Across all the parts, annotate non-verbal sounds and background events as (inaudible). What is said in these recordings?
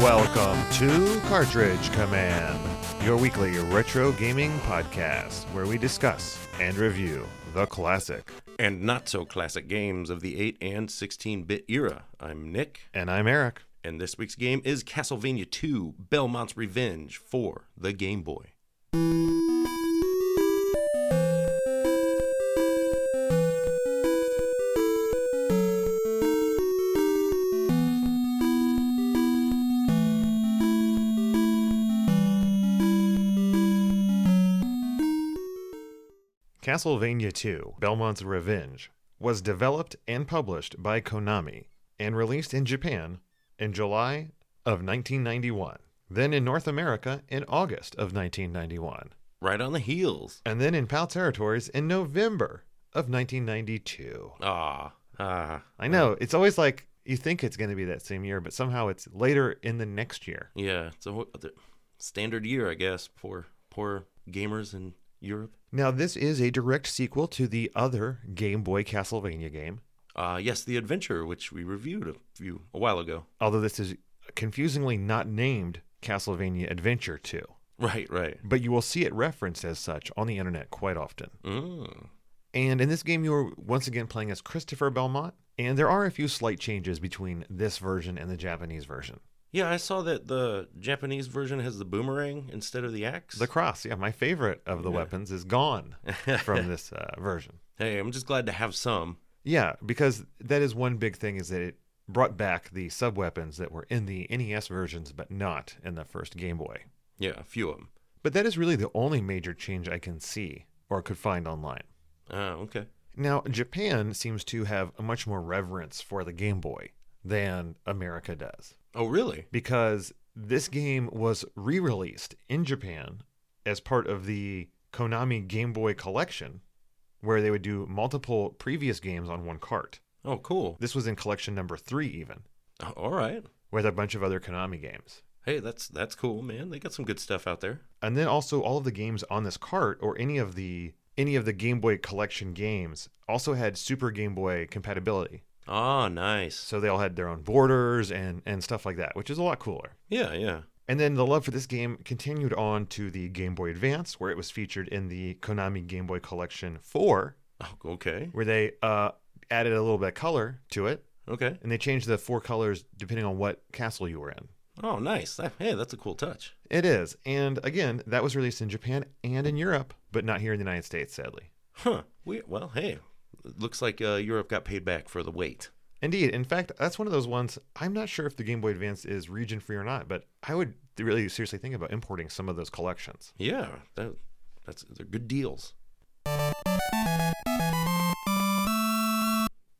Welcome to Cartridge Command, your weekly retro gaming podcast where we discuss and review the classic. and not so classic games of the 8 and 16 bit era. I'm Nick, And I'm Eric. and this week's game is Castlevania 2 Belmont's Revenge for the Game Boy. Castlevania II Belmont's Revenge was developed and published by Konami and released in Japan in July of 1991, then in North America in August of 1991, Right on the heels. and then in PAL territories in November of 1992. Ah, ah, I know. It's always like you think it's going to be that same year, but somehow it's later in the next year. yeah. It's a wh- the standard year, I guess. Poor, poor gamers in Europe. Now, this is a direct sequel to the other Game Boy Castlevania game, Uh, yes, the adventure which we reviewed a few a while ago. (laughs) although this is confusingly not named Castlevania Adventure 2. Right, right. But you will see it referenced as such on the internet quite often. Mm. And in this game, you are once again playing as Christopher Belmont, and there are a few slight changes between this version and the Japanese version. Yeah, I saw that the Japanese version has the boomerang instead of the axe. The cross, yeah, my favorite of the weapons, is gone from this uh, version. hey, I'm just glad to have some. Yeah, because that is one big thing is that it brought back the sub weapons that were in the NES versions but not in the first Game Boy. Yeah, a few of them. But that is really the only major change I can see or could find online. Ah, okay. Now, Japan seems to have a much more reverence for the Game Boy than America does Oh, really? because this game was re released in Japan as part of the Konami Game Boy collection, where they would do multiple previous games on one cart. Oh, cool. This was in collection number three, even, Oh, All right. with a bunch of other Konami games. Hey, that's that's cool, man. They got some good stuff out there. And then also all of the games on this cart, or any of the any of the Game Boy collection games, also had Super Game Boy compatibility. Ah, nice. So they all had their own borders and and stuff like that, which is a lot cooler. Yeah, yeah. And then the love for this game continued on to the Game Boy Advance, where it was featured in the Konami Game Boy Collection 4, Oh, okay. where they uh, added a little bit of color to it, Okay. and they changed the four colors depending on what castle you were in. Oh, nice. That- hey, that's a cool touch. It is. And again, that was released in Japan and in Europe, but not here in the United States, sadly. Huh. We well, hey, it looks like uh, Europe got paid back for the wait. Indeed. In fact, that's one of those ones I'm not sure if the Game Boy Advance is region free or not, but I would really seriously think about importing some of those collections. Yeah, that that's they're good deals.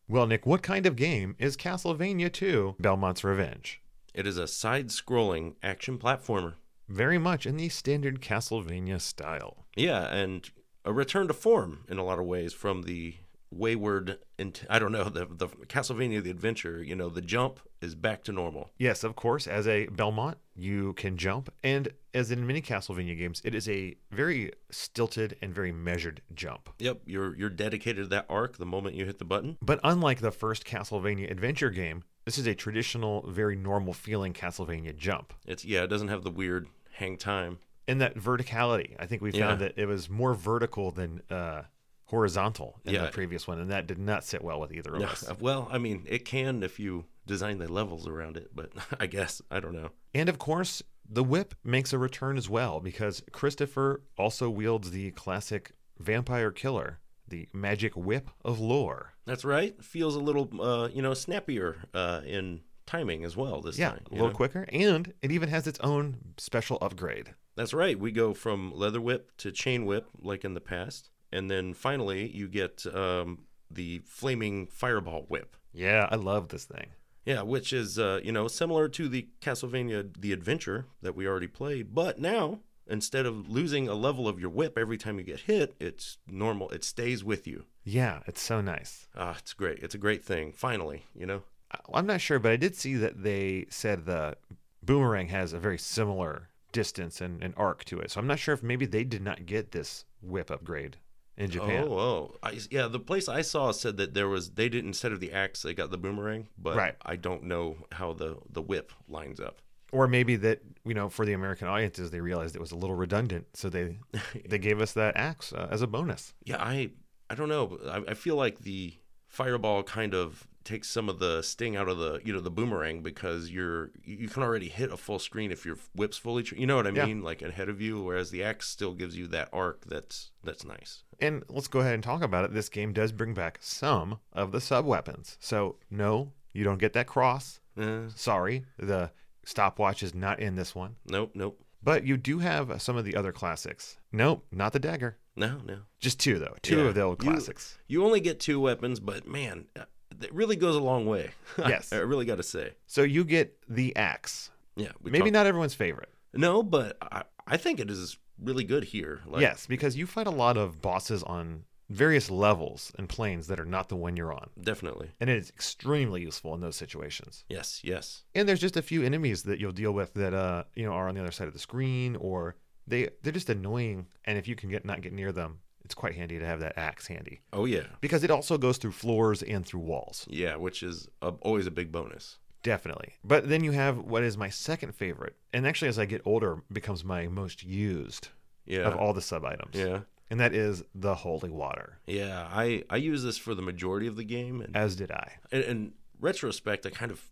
Well, Nick, what kind of game is Castlevania 2 Belmont's Revenge? It is a side-scrolling action platformer. Very much in the standard Castlevania style. Yeah, and a return to form in a lot of ways from the wayward. Int- I don't know the the Castlevania: The Adventure. You know, the jump is back to normal. Yes, of course, as a Belmont, you can jump, and as in many Castlevania games, it is a very stilted and very measured jump. Yep, you're you're dedicated to that arc the moment you hit the button. But unlike the first Castlevania adventure game, this is a traditional, very normal feeling Castlevania jump. It's yeah, it doesn't have the weird hang time. In that verticality, I think we found Yeah. that it was more vertical than uh, horizontal in Yeah. the previous one, and that did not sit well with either of us. (laughs) well, I mean, it can if you design the levels around it, but (laughs) I guess I don't know. And of course, the whip makes a return as well because Christopher also wields the classic vampire killer, the magic whip of lore. That's right. Feels a little uh, you know, snappier uh in timing as well this Yeah, time. a you little know? quicker, and it even has its own special upgrade. That's right. We go from leather whip to chain whip like in the past, and then finally you get um the flaming fireball whip. Yeah, I love this thing. Yeah, which is uh, you know similar to the Castlevania the Adventure that we already played, but now instead of losing a level of your whip every time you get hit, it's normal. It stays with you. Yeah, it's so nice. Ah, it's great. It's a great thing. Finally, you know. I- I'm not sure, but I did see that they said the boomerang has a very similar distance and, and arc to it. So I'm not sure if maybe they did not get this whip upgrade in Japan. Oh, oh, I, yeah. The place I saw said that there was they did instead of the axe, they got the boomerang. But Right. I don't know how the the whip lines up. Or maybe that you know, for the American audiences, they realized it was a little redundant, so they they gave us that axe uh, as a bonus. Yeah, I I don't know. I, I feel like the fireball kind of takes some of the sting out of the you know the boomerang because you're you can already hit a full screen if your whip's fully tr- you know what I Yeah. mean like ahead of you. Whereas the axe still gives you that arc that's that's nice. And let's go ahead and talk about it. This game does bring back some of the sub weapons. So no, you don't get that cross. Uh, Sorry, the stopwatch is not in this one. nope, nope, But you do have some of the other classics. Nope, not the dagger. no, no. Just two though. Two Yeah. of the old You- classics. You only get two weapons, but man, uh, it really goes a long way. (laughs) Yes. I really got to say. So you get the axe. Yeah, we Maybe talked- not everyone's favorite. No, but I, I think it is really good here. Like, yes, because you fight a lot of bosses on various levels and planes that are not the one you're on. definitely. And it is extremely useful in those situations. Yes, yes. And there's just a few enemies that you'll deal with that uh, you know, are on the other side of the screen or they they're just annoying and if you can get not get near them, it's quite handy to have that axe handy. Oh yeah, Because it also goes through floors and through walls. yeah. Which is a, always a big bonus. Definitely. But then you have what is my second favorite, and actually as I get older becomes my most used Yeah. of all the sub items. yeah. And that is the holy water. Yeah, I, I use this for the majority of the game, and As did I. in, in retrospect, I kind of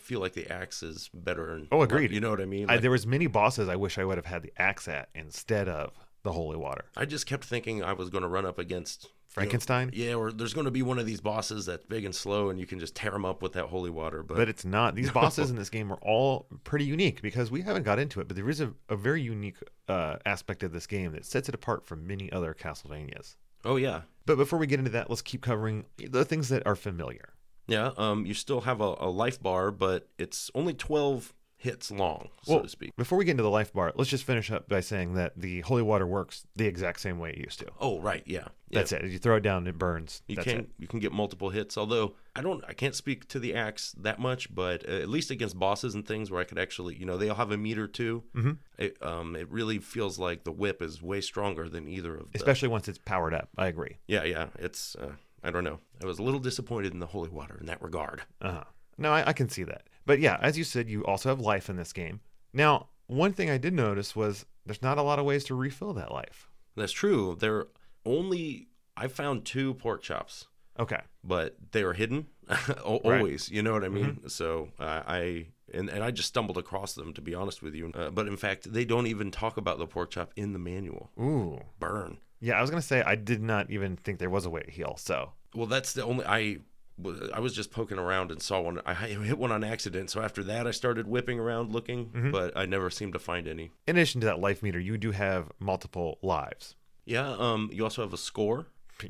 feel like the axe is better. And, Oh, agreed. You know what I mean? I, Like, there was many bosses I wish I would have had the axe at instead of the holy water. I, just kept thinking I was going to run up against you know, Frankenstein, yeah, or there's going to be one of these bosses that's big and slow, and you can just tear them up with that holy water. But, but it's not. (laughs) These bosses in this game are all pretty unique because we haven't got into it, but there is a, a very unique uh, aspect of this game that sets it apart from many other Castlevanias. oh yeah, But before we get into that, let's keep covering the things that are familiar. yeah. Um, you still have a, a life bar, but it's only twelve hits long, so Well, to speak. Before we get into the life bar, let's just finish up by saying that the holy water works the exact same way it used to. Oh right, yeah. yeah. That's it. You throw it down, it burns. You That's can it. you can get multiple hits. Although I don't, I can't speak to the axe that much, but uh, at least against bosses and things where I could actually, you know, they all have a meat or 2 Mhm. It, um, it really feels like the whip is way stronger than either of. The, Especially once it's powered up. I agree. yeah, yeah. It's uh, I don't know. I was a little disappointed in the holy water in that regard. Uh-huh. No, I, I can see that. But yeah, as you said, you also have life in this game. Now, one thing I did notice was there's not a lot of ways to refill that life. That's true. There only I found two pork chops. Okay. but they were hidden (laughs) al- Right. always. You know what I mean? So uh, I and, and I just stumbled across them to be honest with you. Uh, but in fact, they don't even talk about the pork chop in the manual. Ooh. Burn. Yeah, I was gonna say I did not even think there was a way to heal. So Well, that's the only I. w- I was just poking around and saw one. I (laughs) hit one on accident. So after that, I started whipping around looking, but I never seemed to find any. in addition to that life meter, you do have multiple lives. (laughs) Yeah. Um. You also have a score,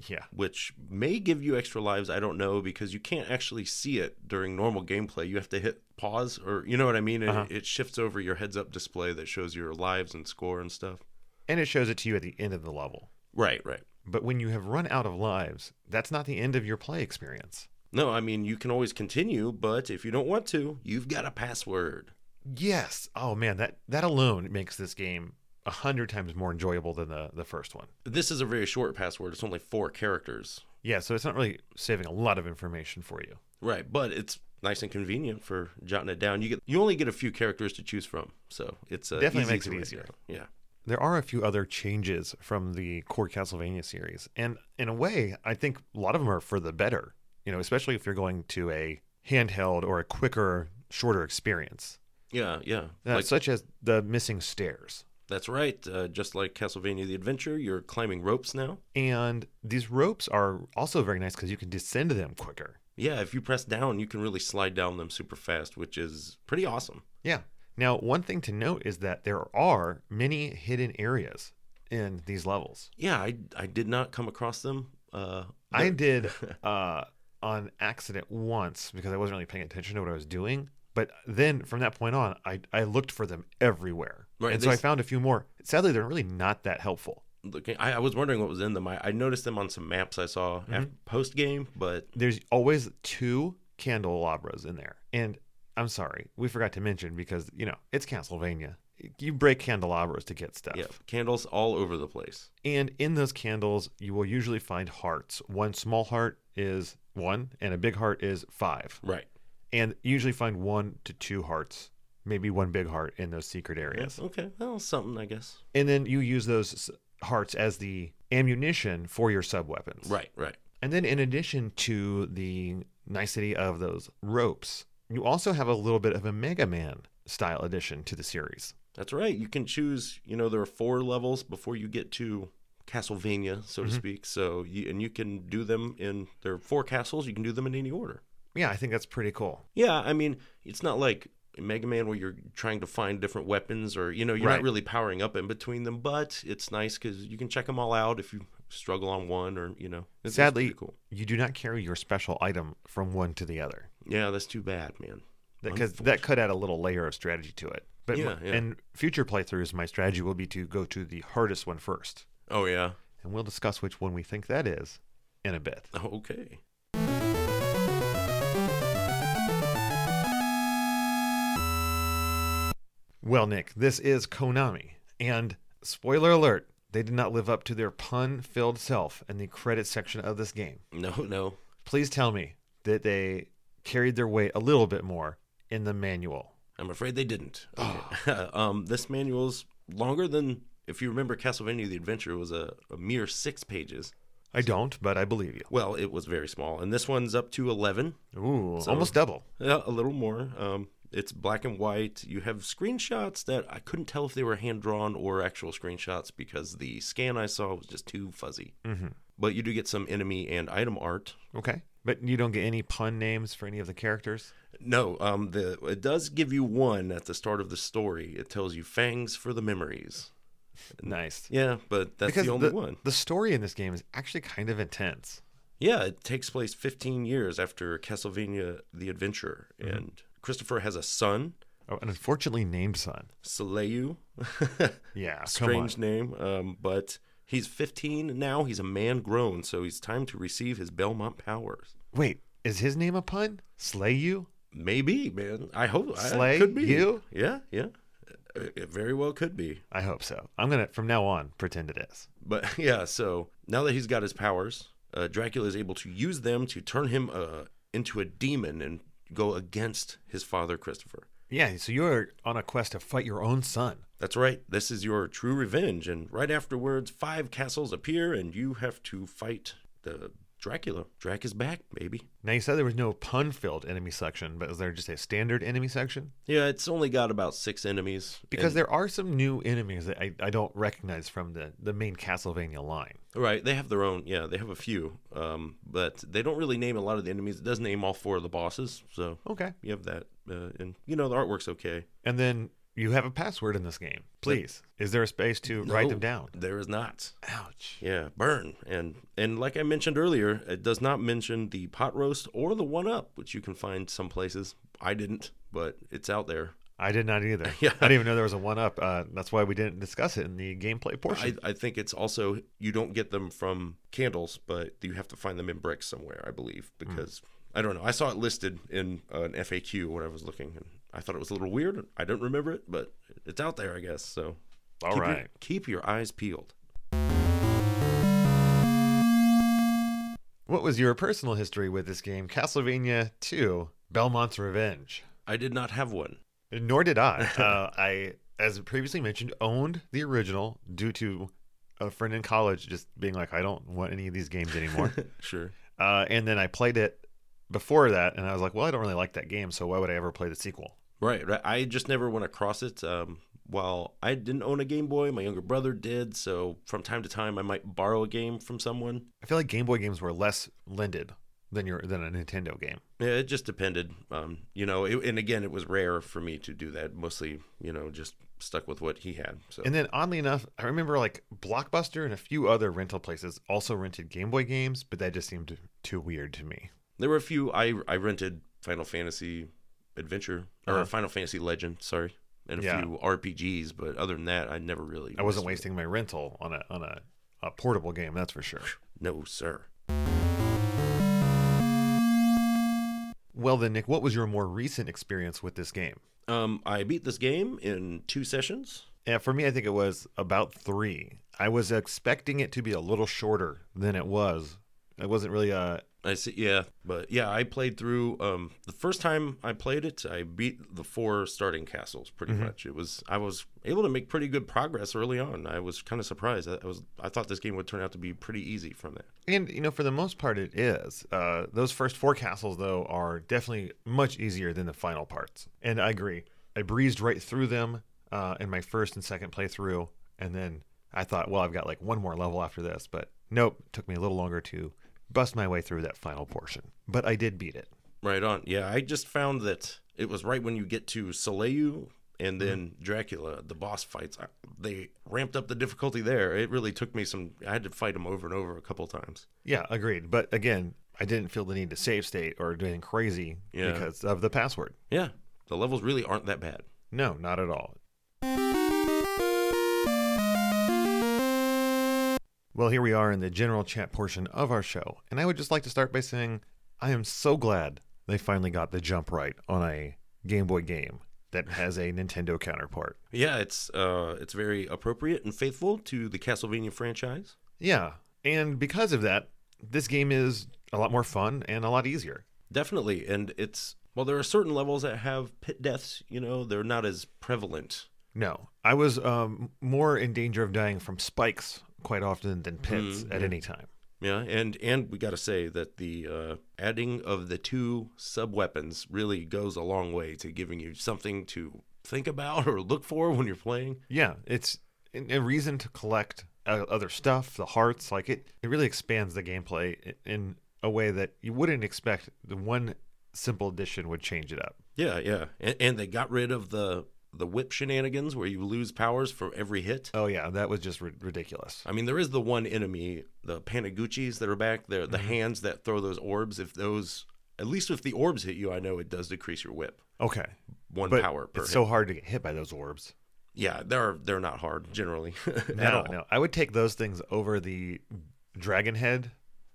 Yeah. which may give you extra lives. I don't know because you can't actually see it during normal gameplay. You have to hit pause or you know what I mean. It, Uh-huh. it shifts over your heads-up display that shows your lives and score and stuff. And it shows it to you at the end of the level. Right, right. But when you have run out of lives, that's not the end of your play experience. No, I mean you can always continue, but if you don't want to, you've got a password. Yes. Oh man, that that alone makes this game a hundred times more enjoyable than the the first one. This is a very short password. It's only four characters. Yeah, so it's not really saving a lot of information for you. Right, but it's nice and convenient for jotting it down. You get you only get a few characters to choose from, so it's uh, Definitely easy makes to it write easier. down. Yeah. There are a few other changes from the core Castlevania series, and in a way, I think a lot of them are for the better. You know, especially if you're going to a handheld or a quicker, shorter experience, Yeah, yeah. Uh, such as the missing stairs. That's right. Uh, just like Castlevania the Adventure, you're climbing ropes now. And these ropes are also very nice because you can descend them quicker. Yeah, if you press down, you can really slide down them super fast, which is pretty awesome. Yeah. Now, one thing to note is that there are many hidden areas in these levels. Yeah, I, I did not come across them. Uh, I (laughs) did uh, on accident once because I wasn't really paying attention to what I was doing. But then from that point on, I, I looked for them everywhere. Right, and they so I s- found a few more. Sadly, they're really not that helpful. looking, I, I was wondering what was in them. I, I noticed them on some maps I saw post game, but There's always two candelabras in there. And I'm sorry, we forgot to mention because, you know, it's Castlevania. You break candelabras to get stuff. yeah, candles all over the place. And in those candles, you will usually find hearts. One small heart is one, and a big heart is five. Right. and usually find one to two hearts maybe one big heart in those secret areas. Okay. Well, something, I guess. And then you use those s- hearts as the ammunition for your sub weapons. Right, right. And then, in addition to the nicety of those ropes, you also have a little bit of a Mega Man style addition to the series. That's right. You can choose, you know, there are four levels before you get to Castlevania, so to speak. So, you, and you can do them in, there are four castles. You can do them in any order. Yeah, I think that's pretty cool. Yeah, I mean, it's not like in Mega Man where you're trying to find different weapons or, you know, you're Right. not really powering up in between them, but it's nice because you can check them all out if you struggle on one or, you know, it's, it's Sadly, pretty cool. you do not carry your special item from one to the other. Yeah, that's too bad, man. That could, that could add a little layer of strategy to it. But Yeah, m- yeah. in future playthroughs, my strategy will be to go to the hardest one first. Oh, yeah. And we'll discuss which one we think that is in a bit. (laughs) Okay. Well, Nick, this is Konami. And spoiler alert, they did not live up to their pun filled self in the credit section of this game. No, no. Please tell me that they carried their weight a little bit more in the manual. I'm afraid they didn't. Okay. (gasps) (laughs) um, this manual's longer than, if you remember, Castlevania: The Adventure was a, a mere six pages. I don't, but I believe you. Well, it was very small, and this one's up to eleven, Ooh, almost double. uh, a little more. Um, it's black and white. You have screenshots that I couldn't tell if they were hand drawn or actual screenshots because the scan I saw was just too fuzzy. Mm-hmm. But you do get some enemy and item art, Okay. But you don't get any pun names for any of the characters? No, um, the it does give you one at the start of the story. It tells you fangs for the memories. Nice. Yeah, but that's the only one. the story in this game is actually kind of intense. Yeah, it takes place 15 years after Castlevania: The Adventure, Mm-hmm. and Christopher has a son, Oh, an unfortunately named son. (laughs) Saleu. Yeah, Strange come name, um, but he's 15 now. He's a man grown, so he's time to receive his Belmont powers. on. Wait, is his name a pun? Slay you? Maybe, man. I hope I- Slay could be. you? Yeah, yeah. It it very well could be. I hope so. I'm gonna from now on pretend it is. But (laughs) yeah, so now that he's got his powers, uh, Dracula is able to use them to turn him uh, into a demon and go against his father, Christopher. Yeah, so you are on a quest to fight your own son. That's right, this is your true revenge. And right afterwards, five castles appear and you have to fight the Dracula. Drac is back, baby. Now you said there was no pun-filled enemy section, but is there just a standard enemy section? Yeah, it's only got about six enemies. Because and- there are some new enemies that I, I don't recognize from the, the main Castlevania line. Right, they have their own. Yeah, they have a few. Um, but they don't really name a lot of the enemies. It does name all four of the bosses. So Okay. you have that. Uh, and, you know, the artwork's okay. And then you have a password in this game. Please. Is there a space to write them No, down? There is not. Ouch. Yeah, burn. And and like I mentioned earlier, it does not mention the pot roast or the one up, which you can find some places. I didn't, but it's out there. I did not either. (laughs) Yeah. I didn't even know there was a one up. Uh, that's why we didn't discuss it in the gameplay I, portion. I think it's also you don't get them from candles, but you have to find them in bricks somewhere, I believe, Hmm. because I don't know. I saw it listed in uh, an FAQ when I was looking, and I thought it was a little weird. I don't remember it, but it's out there, I guess. So All right. keep your- keep your eyes peeled. What was your personal history with this game, Castlevania 2: Belmont's Revenge? I did not (laughs) have one. Nor did (laughs) I. Uh, I, as previously mentioned, owned the original due to a friend in college just being like, "I don't want any of these games (laughs) anymore." Sure. uh, and then I played it before that, and I was like, "Well, I don't really like that game, so why would I ever play the sequel?" Right, right. I just never went across it. Um, while I didn't own a Game Boy, my younger brother did. So from time to time, I might borrow a game from someone. I feel like Game Boy games were less lended than your than a Nintendo game. Yeah, it just depended. Um, you know, it, and again, it was rare for me to do that. Mostly, you know, just stuck with what he had. So And then oddly enough, I remember like Blockbuster and a few other rental places also rented Game Boy games, but that just seemed too weird to me. there were a few. I I rented Final Fantasy Adventure or Uh-huh. Final Fantasy Legend. Sorry. And a Yeah. few RPGs, but other than that, I never really. I wasn't messed wasting my rental on a on a, a portable game, that's for sure. with- No, sir. Well then, Nick, what was your more recent experience with this game? Um, I beat this game in two sessions. Yeah, for me, I think it was about three. I was expecting it to be a little shorter than it was. It wasn't really uh, I see. Yeah, but yeah, I played through um, the first time I played it. I beat the four starting castles pretty much. It was I was able to make pretty good progress early on. I was kind of surprised. I, I was I thought this game would turn out to be pretty easy from that. And you know, for the most part, it is. Uh, those first four castles, though, are definitely much easier than the final parts. And I agree. I breezed right through them uh, in my first and second playthrough, and then I thought, well, I've got like one more level after this, but nope, took me a little longer to bust my way through that final portion. But I did beat it. Right on. Yeah, I just found that it was right when you get to Soleil and then Dracula, the boss fights. I, they ramped up the difficulty there. It really took me some. I had to fight him over and over a couple times. Yeah, agreed. But again, I didn't feel the need to save state or do anything crazy Yeah. because of the password. Yeah, the levels really aren't that bad. No, not at all. Well, here we are in the general chat portion of our show, and I would just like to start by saying I am so glad they finally got the jump right on a Game Boy game that has a Nintendo counterpart. Yeah, it's uh, it's very appropriate and faithful to the Castlevania franchise. Yeah, and because of that, this game is a lot more fun and a lot easier. Definitely, and it's well, there are certain levels that have pit deaths. You know, they're not as prevalent. No, I was um, more in danger of dying from spikes quite often than pins at any time. Yeah, and and we got to say that the uh, adding of the two sub weapons really goes a long way to giving you something to think about (laughs) or look for when you're playing. Yeah, it's a a reason to collect uh, other stuff, the hearts. Like it, it really expands the gameplay i- in a way that you wouldn't expect. The one simple addition would change it up. Yeah, yeah, and, and they got rid of the the whip shenanigans where you lose powers for every hit. Oh yeah, that was just ri- ridiculous. I mean, there is the one enemy, the Panaguchis that are back there, Mm-hmm. the hands that throw those orbs. If those, at least if the orbs hit you, I know it does decrease your whip Okay, one but power per. it's hit. so hard to get hit by those orbs. yeah, they're they're not hard generally (laughs) at no, all. no, I would take those things over the dragon head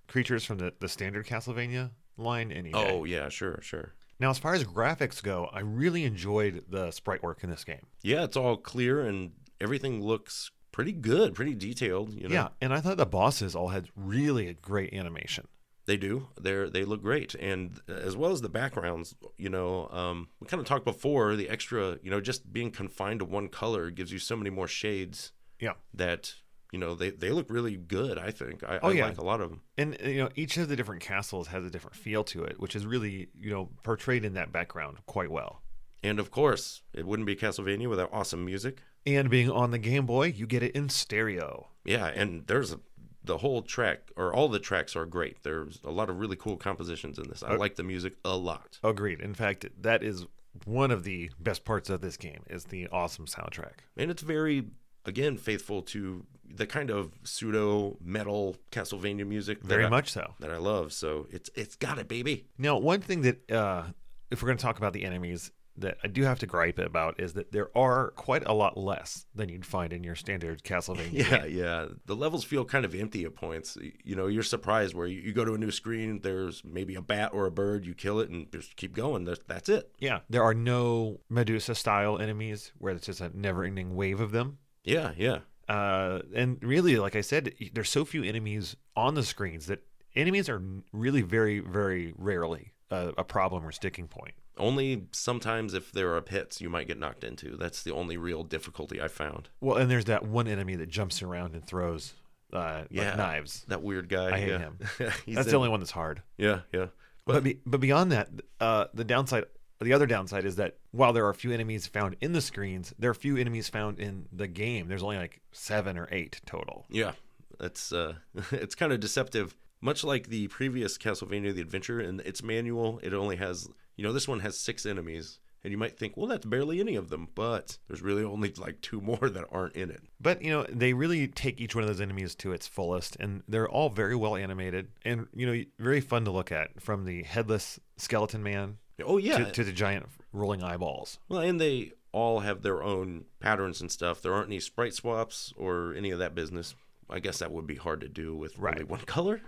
creatures from the, the standard Castlevania line any day. Oh yeah, sure, sure. Now, as far as graphics go, I really enjoyed the sprite work in this game. Yeah, it's all clear and everything looks pretty good, pretty detailed. You know, Yeah, and I thought the bosses all had really great animation. they do. They're they look great, and as well as the backgrounds. You know, um, we kind of talked before the extra. You know, just being confined to one color gives you so many more shades Yeah. that you know they they look really good. I think I, Oh, I yeah. like a lot of them. And uh, you know, each of the different castles has a different feel to it, which is really, you know, portrayed in that background quite well. And of course, it wouldn't be Castlevania without awesome music. And being on the Game Boy, you get it in stereo. Yeah, and there's a, the whole track or all the tracks are great. There's a lot of really cool compositions in this. Uh, I like the music a lot. Agreed. In fact, that is one of the best parts of this game is the awesome soundtrack. and it's very again faithful to the kind of pseudo metal Castlevania music that Very I, much so. that I love. So it's it's got it, baby. Now, one thing that uh, if we're going to talk about the enemies that I do have to gripe about is that there are quite a lot less than you'd find in your standard Castlevania. (laughs) Yeah, yeah. The levels feel kind of empty at points. You know, you're surprised where you, you go to a new screen, there's maybe a bat or a bird, you kill it and just keep going. That's, that's it. Yeah, there are no Medusa style enemies where it's just a never ending wave of them. Yeah, yeah. Uh, and really, like I said, there's so few enemies on the screens that enemies are really very, very rarely uh, a, a problem or sticking point. Only sometimes if there are pits you might get knocked into. That's the only real difficulty I found. Well, and there's that one enemy that jumps around and throws uh, like Yeah. knives. That weird guy. I hate yeah. him. (laughs) He's That's in- the only one that's hard. Yeah, yeah. But be, but beyond that, uh, the downside, the other downside is that while there are few enemies found in the screens, there are few enemies found in the game. There's only like seven or eight total. Yeah, it's uh, (laughs) it's kind of deceptive. Much like the previous Castlevania: The Adventure and its manual, it only has you know this one has six enemies, and you might think, well, that's barely any of them, but there's really only like two more that aren't in it. But you know, they really take each one of those enemies to its fullest, and they're all very well animated and you know very fun to look at. From the headless skeleton man Oh yeah, to, to the giant rolling eyeballs. well, and they all have their own patterns and stuff. There aren't any sprite swaps or any of that business. I guess that would be hard to do with only Right. one (laughs) color.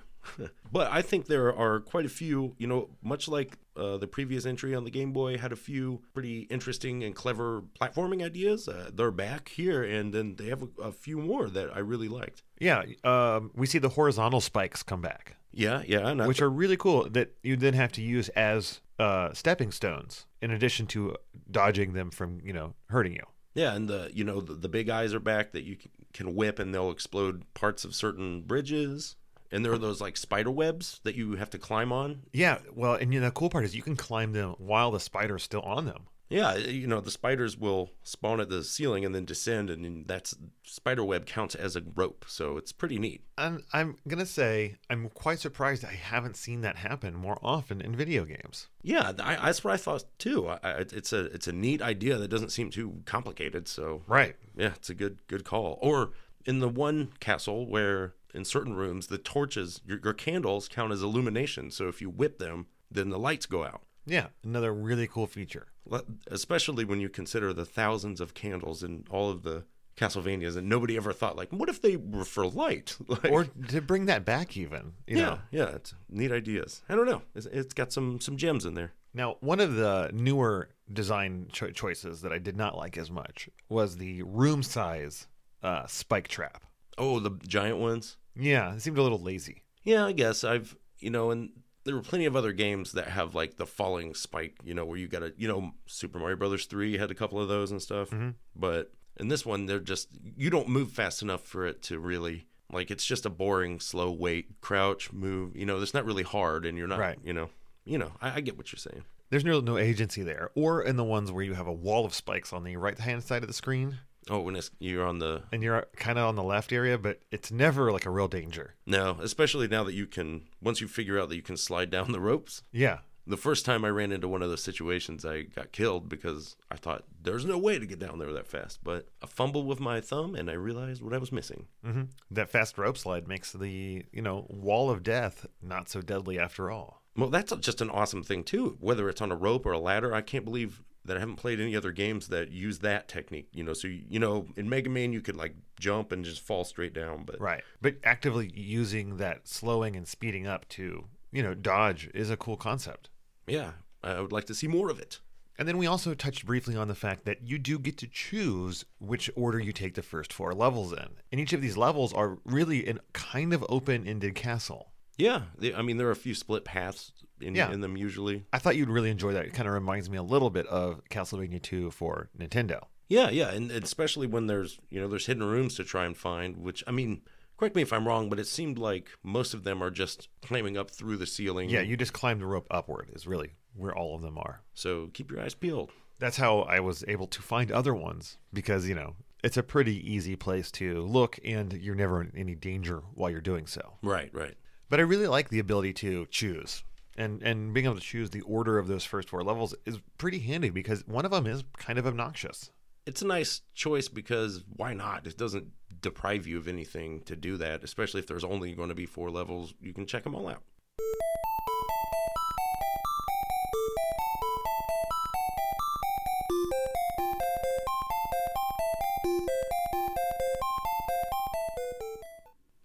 but I think there are quite a few, you know, much like uh, the previous entry on the Game Boy had a few pretty interesting and clever platforming ideas. Uh, they're back here, and then they have a, a few more that I really liked. Yeah, um, we see the horizontal spikes come back. Yeah, yeah. And I which are really cool that you then have to use as uh, stepping stones in addition to dodging them from you know hurting you Yeah, and the you know the, the big eyes are back that you c- can whip and they'll explode parts of certain bridges. And there are those like spider webs that you have to climb on. yeah well and you know, the cool part is you can climb them while the spider's still on them Yeah, you know the spiders will spawn at the ceiling and then descend, and then that's spider web counts as a rope, so it's pretty neat. I'm, I'm gonna say i'm quite surprised i haven't seen that happen more often in video games Yeah, th- I, that's what I thought too. I, I, it's a it's a neat idea that doesn't seem too complicated. So right yeah, it's a good good call. Or in the one castle where in certain rooms the torches your, your candles count as illumination. So if you whip them, then the lights go out. yeah another really cool feature Le- Especially when you consider the thousands of candles in all of the Castlevanias, and nobody ever thought like, what if they were for light? (laughs) Like, or to bring that back even you yeah, know yeah, it's neat ideas. I don't know. It's, it's got some some gems in there. Now, one of the newer design cho- choices that I did not like as much was the room size uh, spike trap. Oh, the giant ones. Yeah, it seemed a little lazy. Yeah, I guess I've you know, and there were plenty of other games that have like the falling spike, you know, where you got to you know, Super Mario Brothers three had a couple of those and stuff, but in this one they're just you don't move fast enough for it to really like it's just a boring slow wait crouch move you know it's not really hard and you're not Right. you know you know I, I get what you're saying There's no, no agency there. Or in the ones where you have a wall of spikes on the right hand side of the screen oh when it's you're on the and you're kind of on the left area, but it's never like a real danger. no especially now that you can once you figure out that you can slide down the ropes Yeah. the first time I ran into one of those situations, I got killed because I thought there's no way to get down there that fast. But I fumbled with my thumb and I realized what I was missing. hmm That fast rope slide makes the, you know, wall of death not so deadly after all. Well, that's just an awesome thing, too. Whether it's on a rope or a ladder, I can't believe that I haven't played any other games that use that technique. You know, so, you know, in Mega Man, you could like jump and just fall straight down. But Right. But actively using that slowing and speeding up to, you know, dodge is a cool concept. yeah, I would like to see more of it. And then we also touched briefly on the fact that you do get to choose which order you take the first four levels in. And each of these levels are really an kind of open ended castle. Yeah. they- I mean, there are a few split paths in, Yeah. in them usually. I thought you'd really enjoy that. It kind of reminds me a little bit of Castlevania 2 for Nintendo. Yeah, yeah, and and especially when there's you know there's hidden rooms to try and find. Which I mean, correct me if I'm wrong, but it seemed like most of them are just climbing up through the ceiling. Yeah, you just climb the rope upward, is really where all of them are. So keep your eyes peeled. That's how I was able to find other ones because, you know, it's a pretty easy place to look and you're never in any danger while you're doing so. Right, right. But I really like the ability to choose. And and being able to choose the order of those first four levels is pretty handy because one of them is kind of obnoxious. It's a nice choice because why not? It doesn't deprive you of anything to do that, especially if there's only going to be four levels. You can check them all out.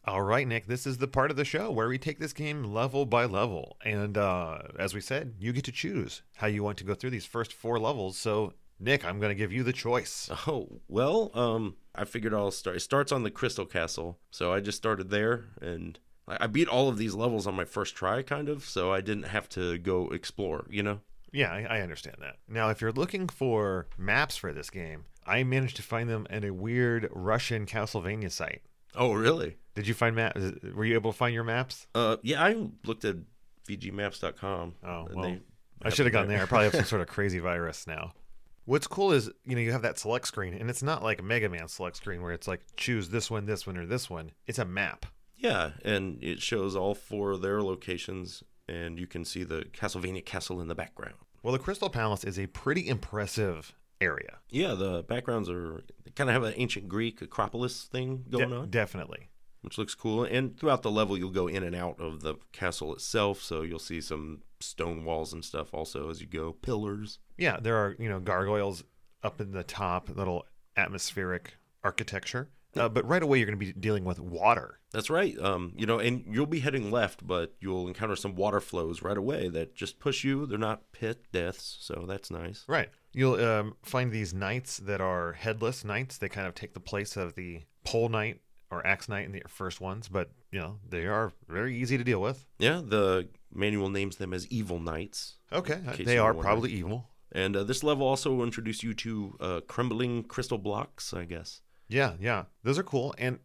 All right, Nick, this is the part of the show where we take this game level by level. And uh, as we said, you get to choose how you want to go through these first four levels. So, Nick, I'm going to give you the choice. Oh well, um, I figured I'll start. It starts on the Crystal Castle, so I just started there, and I I beat all of these levels on my first try, kind of. So I didn't have to go explore, you know. Yeah, I, I understand that. Now, if you're looking for maps for this game, I managed to find them at a weird Russian Castlevania site. Oh really? Did you find maps? Were you able to find your maps? Uh, yeah, I looked at VGMaps.com. Oh, and well, they I should have gone there. I probably have some sort of crazy virus now. What's cool is, you know, you have that select screen, and it's not like Mega Man select screen where it's like choose this one, this one, or this one. It's a map. Yeah, and it shows all four of their locations, and you can see the Castlevania Castle in the background. Well, the Crystal Palace is a pretty impressive area. Yeah, the backgrounds are they kind of have an ancient Greek Acropolis thing De- going on. Definitely. which looks cool. And throughout the level, you'll go in and out of the castle itself, so you'll see some stone walls and stuff also as you go, pillars. Yeah, there are, you know, gargoyles up in the top, little atmospheric architecture. Uh, but right away, you're going to be dealing with water. That's right. Um, you know, and you'll be heading left, but you'll encounter some water flows right away that just push you. They're not pit deaths, so that's nice. Right. You'll um, find these knights that are headless knights. They kind of take the place of the pole knight or Axe Knight in the first ones, but you know they are very easy to deal with. Yeah, the manual names them as evil knights. Okay, case Uh, they you were are wondering. probably evil. And uh, this level also will introduce you to uh, crumbling crystal blocks, I guess. Yeah, yeah, those are cool, and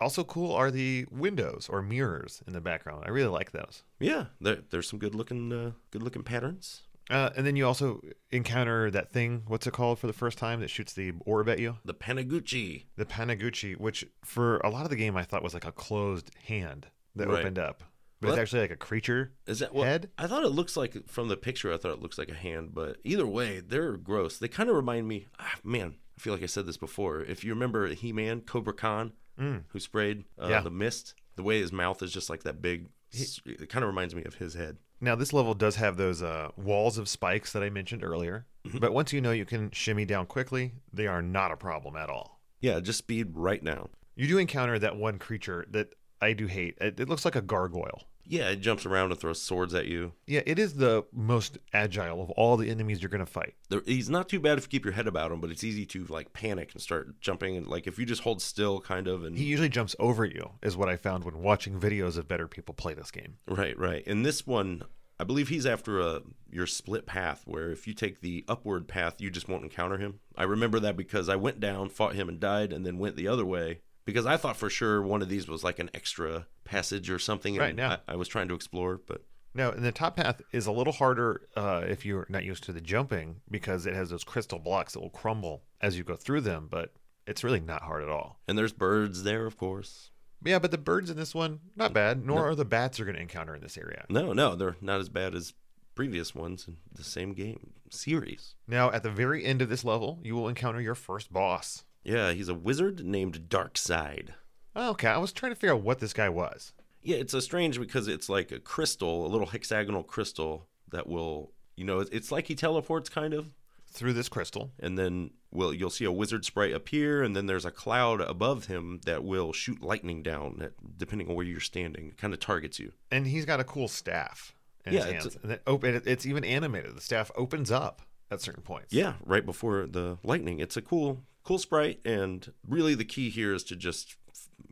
also cool are the windows or mirrors in the background. I really like those. Yeah, there, there's some good looking, uh, good looking patterns. Uh, and then you also encounter that thing. What's it called for the first time that shoots the orb at you? The Panaguchi. The Panaguchi, which for a lot of the game I thought was like a closed hand that Right. opened up, but it's What? actually like a creature. Is that what? Head? I thought it looks like from the picture. I thought it looks like a hand, but either way, they're gross. They kind of remind me. Ah, man, I feel like I said this before. If you remember He-Man, Cobra Khan, Mm. who sprayed uh, Yeah. the mist, the way his mouth is just like that big. s- It kind of reminds me of his head. Now this level does have those uh, walls of spikes that I mentioned earlier, but once you know you can shimmy down quickly, they are not a problem at all. Yeah, just speed right now. You do encounter that one creature that I do hate. It, it looks like a gargoyle. Yeah, it jumps around and throws swords at you. Yeah, it is the most agile of all the enemies you're gonna fight. There, he's not too bad if you keep your head about him, but it's easy to like panic and start jumping. And like if you just hold still, kind of, and He usually jumps over you, is what I found when watching videos of better people play this game. Right, right. And this one, I believe he's after a your split path where if you take the upward path, you just won't encounter him. I remember that because I went down, fought him and died and then went the other way because I thought for sure one of these was like an extra passage or something and Right, yeah. I, I was trying to explore, but No, and the top path is a little harder uh, if you're not used to the jumping because it has those crystal blocks that will crumble as you go through them, but it's really not hard at all. and there's birds there, of course. Yeah, but the birds in this one, not bad, nor are the bats you're going to encounter in this area. No, no, they're not as bad as previous ones in the same game series. Now, at the very end of this level, you will encounter your first boss. Yeah, he's a wizard named Darkside. Okay, I was trying to figure out what this guy was. Yeah, it's a strange because it's like a crystal, a little hexagonal crystal that will, you know, it's like he teleports kind of, Through this crystal. and then will you'll see a wizard sprite appear, and then there's a cloud above him that will shoot lightning down, at, depending on where you're standing, it kind of targets you. and he's got a cool staff in Yeah, his it's- hands. and it op- it, it's even animated. The staff opens up at certain points. Yeah, right before the lightning. It's a cool, cool sprite, and really the key here is to just,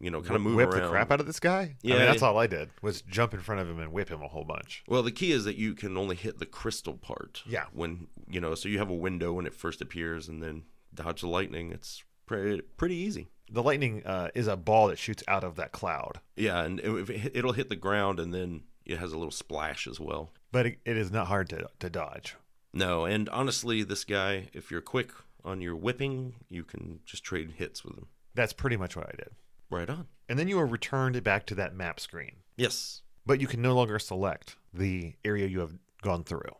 you know, kind of move whip around. the crap out of this guy. I Yeah. mean, that's all I did was jump in front of him and whip him a whole bunch. Well, the key is that you can only hit the crystal part. Yeah. When you know, so you have a window when it first appears, and then dodge the lightning. It's pretty pretty easy. The lightning uh, is a ball that shoots out of that cloud, Yeah, and it, if it hit- it'll hit the ground, and then it has a little splash as well. but it, it is not hard to, to dodge. No, and honestly, this guy, if you're quick on your whipping, you can just trade hits with him. That's pretty much what I did. Right on. And then you are returned back to that map screen, Yes. but you can no longer select the area you have gone through.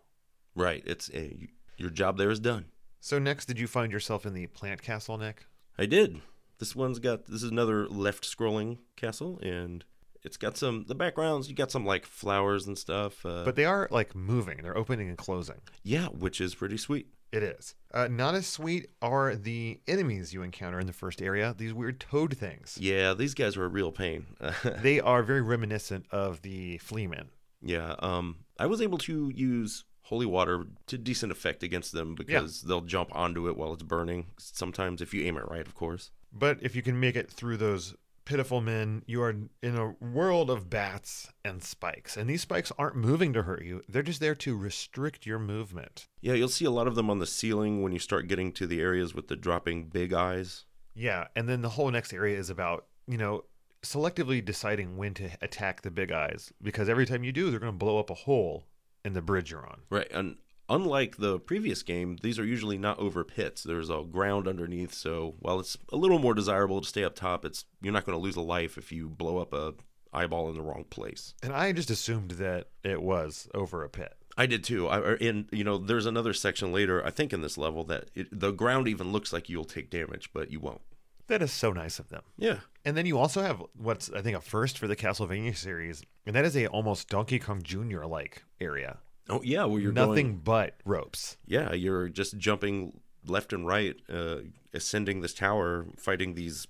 Right. It's a, your job there is done. So next, did you find yourself in the plant castle, Nick? I did. This one's got this is another left scrolling castle and it's got some the backgrounds you got some like flowers and stuff uh, But they are like moving; they're opening and closing. yeah which is pretty sweet It is. Uh, not as sweet are the enemies you encounter in the first area, these weird toad things. yeah these guys were a real pain (laughs) They are very reminiscent of the fleamen. yeah um I was able to use holy water to decent effect against them because they'll jump onto it while it's burning sometimes if you aim it right of course But if you can make it through those pitiful men, you are in a world of bats and spikes. And these spikes aren't moving to hurt you, they're just there to restrict your movement. yeah you'll see a lot of them on the ceiling when you start getting to the areas with the dropping big eyes Yeah, and then the whole next area is about, you know, selectively deciding when to attack the big eyes because every time you do, they're going to blow up a hole in the bridge you're on. Right, and unlike the previous game, these are usually not over pits. There's a ground underneath, so while it's a little more desirable to stay up top, it's you're not going to lose a life if you blow up a eyeball in the wrong place. And I just assumed that it was over a pit. I did too. I or- and you know, there's another section later, I think in this level that it, the ground even looks like you'll take damage, but you won't. That is so nice of them. Yeah. And then you also have what's I think a first for the Castlevania series, and that is a almost Donkey Kong Jr. like area. Oh yeah, well you're Nothing going- but ropes. yeah, you're just jumping left and right, uh, ascending this tower, fighting these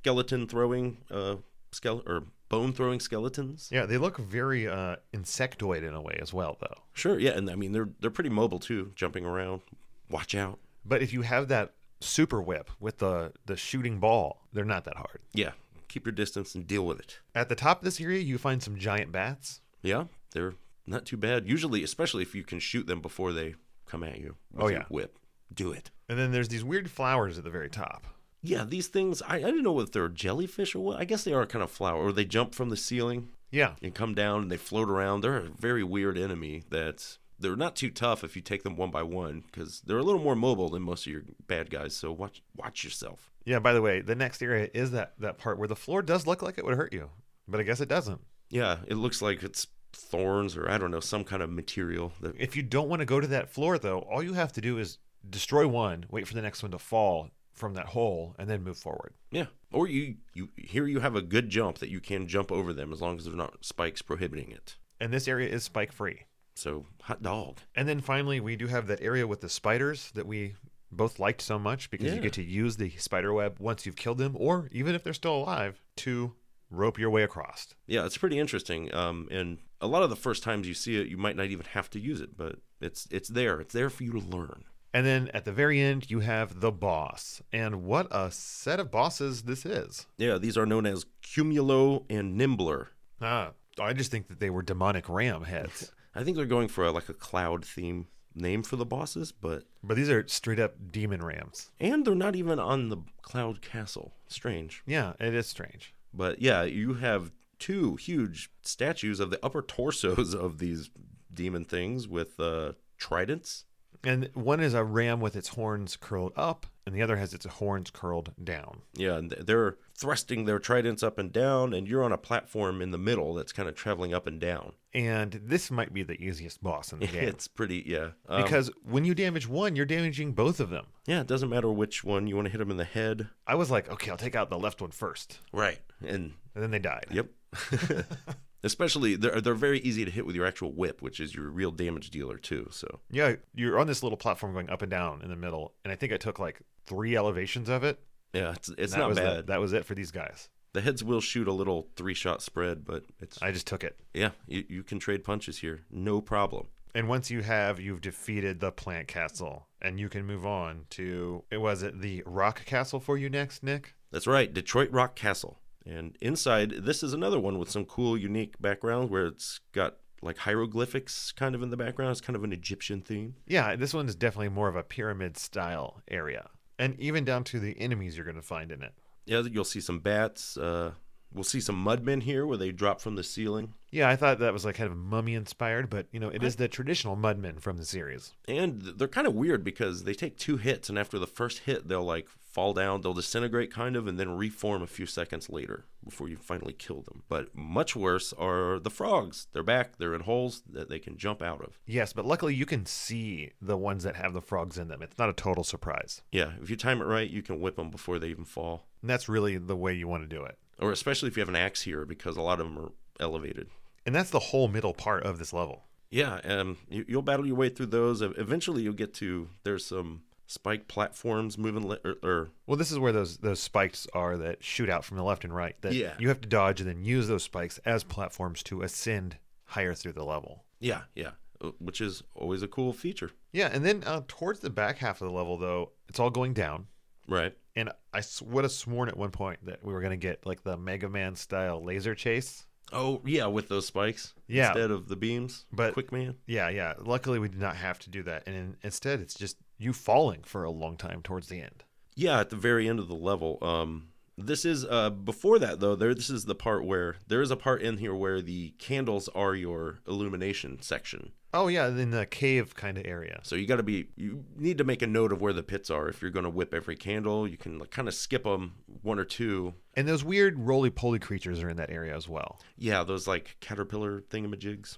skeleton throwing uh, skele- or bone throwing skeletons. Yeah, they look very uh, insectoid in a way as well, though. Sure, yeah, and I mean they're they're pretty mobile too, jumping around. Watch out. But if you have that super whip with the the shooting ball, they're not that hard. Yeah, keep your distance and deal with it. At the top of this area, you find some giant bats. Yeah, they're not too bad. Usually, especially if you can shoot them before they come at you. With Oh, your yeah. whip. Do it. And then there's these weird flowers at the very top. Yeah, these things. I, I didn't know if they're jellyfish or what. I guess they are kind of flower, or they jump from the ceiling Yeah. and come down and they float around. They're a very weird enemy. That's they're not too tough if you take them one by one because they're a little more mobile than most of your bad guys. So watch watch yourself. Yeah, by the way, the next area is that, that part where the floor does look like it would hurt you, but I guess it doesn't. Yeah, it looks like it's thorns or I don't know some kind of material that If you don't want to go to that floor, though, all you have to do is destroy one, wait for the next one to fall from that hole, and then move forward. Yeah, or you you here you have a good jump that you can jump over them as long as they're not spikes prohibiting it. And this area is spike free. So hot dog. And then finally, we do have that area with the spiders that we both liked so much because you Yeah. get to use the spider web once you've killed them, or even if they're still alive, to rope your way across. Yeah, it's pretty interesting. Um, and a lot of the first times you see it, you might not even have to use it, but it's it's there. It's there for you to learn. And then at the very end, you have the boss. And what a set of bosses this is. Yeah, these are known as Cumulo and Nimbler. Ah, I just think that they were demonic ram heads. I think they're going for a, like a cloud theme name for the bosses, but but these are straight up demon rams. and they're not even on the cloud castle. Strange. Yeah, it is strange. But yeah, you have two huge statues of the upper (laughs) torsos of these demon things with uh, tridents. And one is a ram with its horns curled up, and the other has its horns curled down. Yeah, and th- they're thrusting their tridents up and down, and you're on a platform in the middle that's kind of traveling up and down. (laughs) And this might be the easiest boss in the game. It's pretty, yeah. Um, because when you damage one, you're damaging both of them. yeah, it doesn't matter which one you want to hit them in the head. I was like, okay, I'll take out the left one first. Right. And And then they died. yep. (laughs) Especially they're they're very easy to hit with your actual whip, which is your real damage dealer too. So Yeah, you're on this little platform going up and down in the middle, and I think I took like three elevations of it. yeah, it's it's That not was the- bad. that was it for these guys. The heads will shoot a little three shot spread, but it's I just took it. Yeah, you, you can trade punches here. No problem. And once you have, you've defeated the plant castle, and you can move on to was it the rock castle for you next, Nick? That's right, Detroit Rock Castle. And inside, this is another one with some cool, unique background where it's got like hieroglyphics kind of in the background. It's kind of an Egyptian theme. Yeah, this one's definitely more of a pyramid style area, and even down to the enemies you're going to find in it. Yeah, you'll see some bats. Uh, we'll see some mudmen here where they drop from the ceiling. Yeah, I thought that was like kind of mummy inspired, but you know, it is the traditional mudmen from the series. And th- they're kind of weird because they take two hits, and after the first hit, they'll like fall down, they'll disintegrate kind of, and then reform a few seconds later before you finally kill them. But much worse are the frogs. They're back, they're in holes that they can jump out of. Yes, but luckily you can see the ones that have the frogs in them. It's not a total surprise. Yeah, if you time it right, you can whip them before they even fall. And that's really the way you want to do it. Or especially if you have an axe here, because a lot of them are elevated. And that's the whole middle part of this level. Yeah, um, you, you'll battle your way through those. Ev- Eventually, you'll get to there's some spike platforms moving, er, le- or, or Well, this is where those those spikes are that shoot out from the left and right that Yeah. you have to dodge and then use those spikes as platforms to ascend higher through the level. yeah, yeah, uh, which is always a cool feature, Yeah, and then uh, towards the back half of the level though, it's all going down. right? And I s- would have sworn at one point that we were going to get like the Mega Man style laser chase. Oh yeah, with those spikes. Yeah. Instead of the beams. But- quick man. Yeah, yeah. Luckily, we did not have to do that. And in, instead, it's just you falling for a long time towards the end. Yeah, at the very end of the level. Um this is uh before that though, there this is the part where there is a part in here where the candles are your illumination section. Oh, yeah, in the cave kind of area. So you got to be you need to make a note of where the pits are if you're going to whip every candle. You can like, kind of skip them one or two. And those weird roly poly creatures are in that area as well. Yeah, those like caterpillar thingamajigs.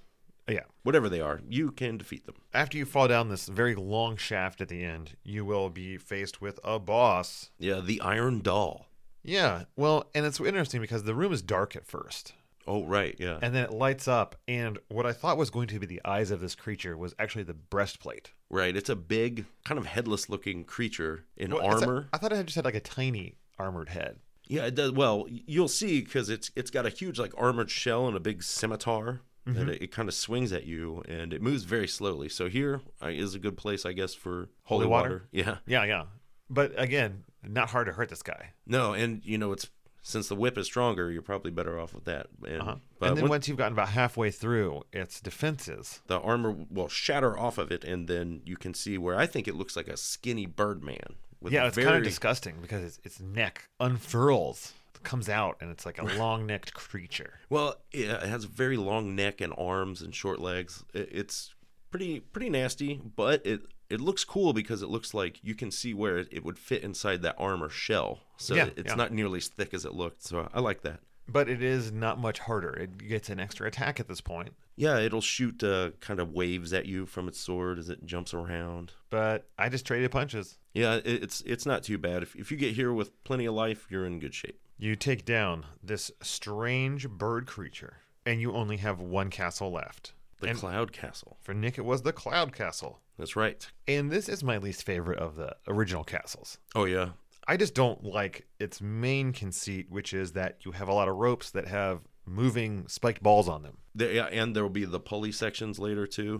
Yeah. Whatever they are, you can defeat them. After you fall down this very long shaft at the end, you will be faced with a boss. Yeah, the iron doll. Yeah, well, and it's interesting because the room is dark at first, Oh right, yeah. and then it lights up, and what I thought was going to be the eyes of this creature was actually the breastplate. Right, it's a big, kind of headless looking creature in Well, it's a- armor. I thought it had just had like a tiny armored head. yeah, it does. Well, you'll see because it's it's got a huge like armored shell and a big scimitar Mm-hmm. that it, it kind of swings at you, and it moves very slowly. So here I, is a good place, I guess, for holy, Holy water. water? Yeah, Yeah, yeah. But again, not hard to hurt this guy. no, and you know it's since the whip is stronger, you're probably better off with that. And, Uh-huh. But and then once once you've gotten about halfway through its defenses, the armor will shatter off of it, and then you can see where I think it looks like a skinny Birdman. With yeah, a it's kind of very- disgusting because its, its neck unfurls, comes out, and (laughs) it's like a long-necked creature. Well, yeah, it has a very long neck and arms and short legs. I- It's pretty pretty nasty, but it it looks cool because it looks like you can see where it, it would fit inside that armor shell. So Yeah, it's yeah. not nearly as thick as it looked. So I like that. But it is not much harder. It gets an extra attack at this point, Yeah, it'll shoot uh, kind of waves at you from its sword as it jumps around. but I just traded punches. Yeah, it, it's it's not too bad. If if you get here with plenty of life, you're in good shape. You take down this strange bird creature, and you only have one castle left. The And- Cloud Castle. For Nick, it was the Cloud Castle. That's right. And this is my least favorite of the original castles. Oh yeah, I just don't like its main conceit, which is that you have a lot of ropes that have moving spiked balls on them. there, yeah, and there will be the pulley sections later too.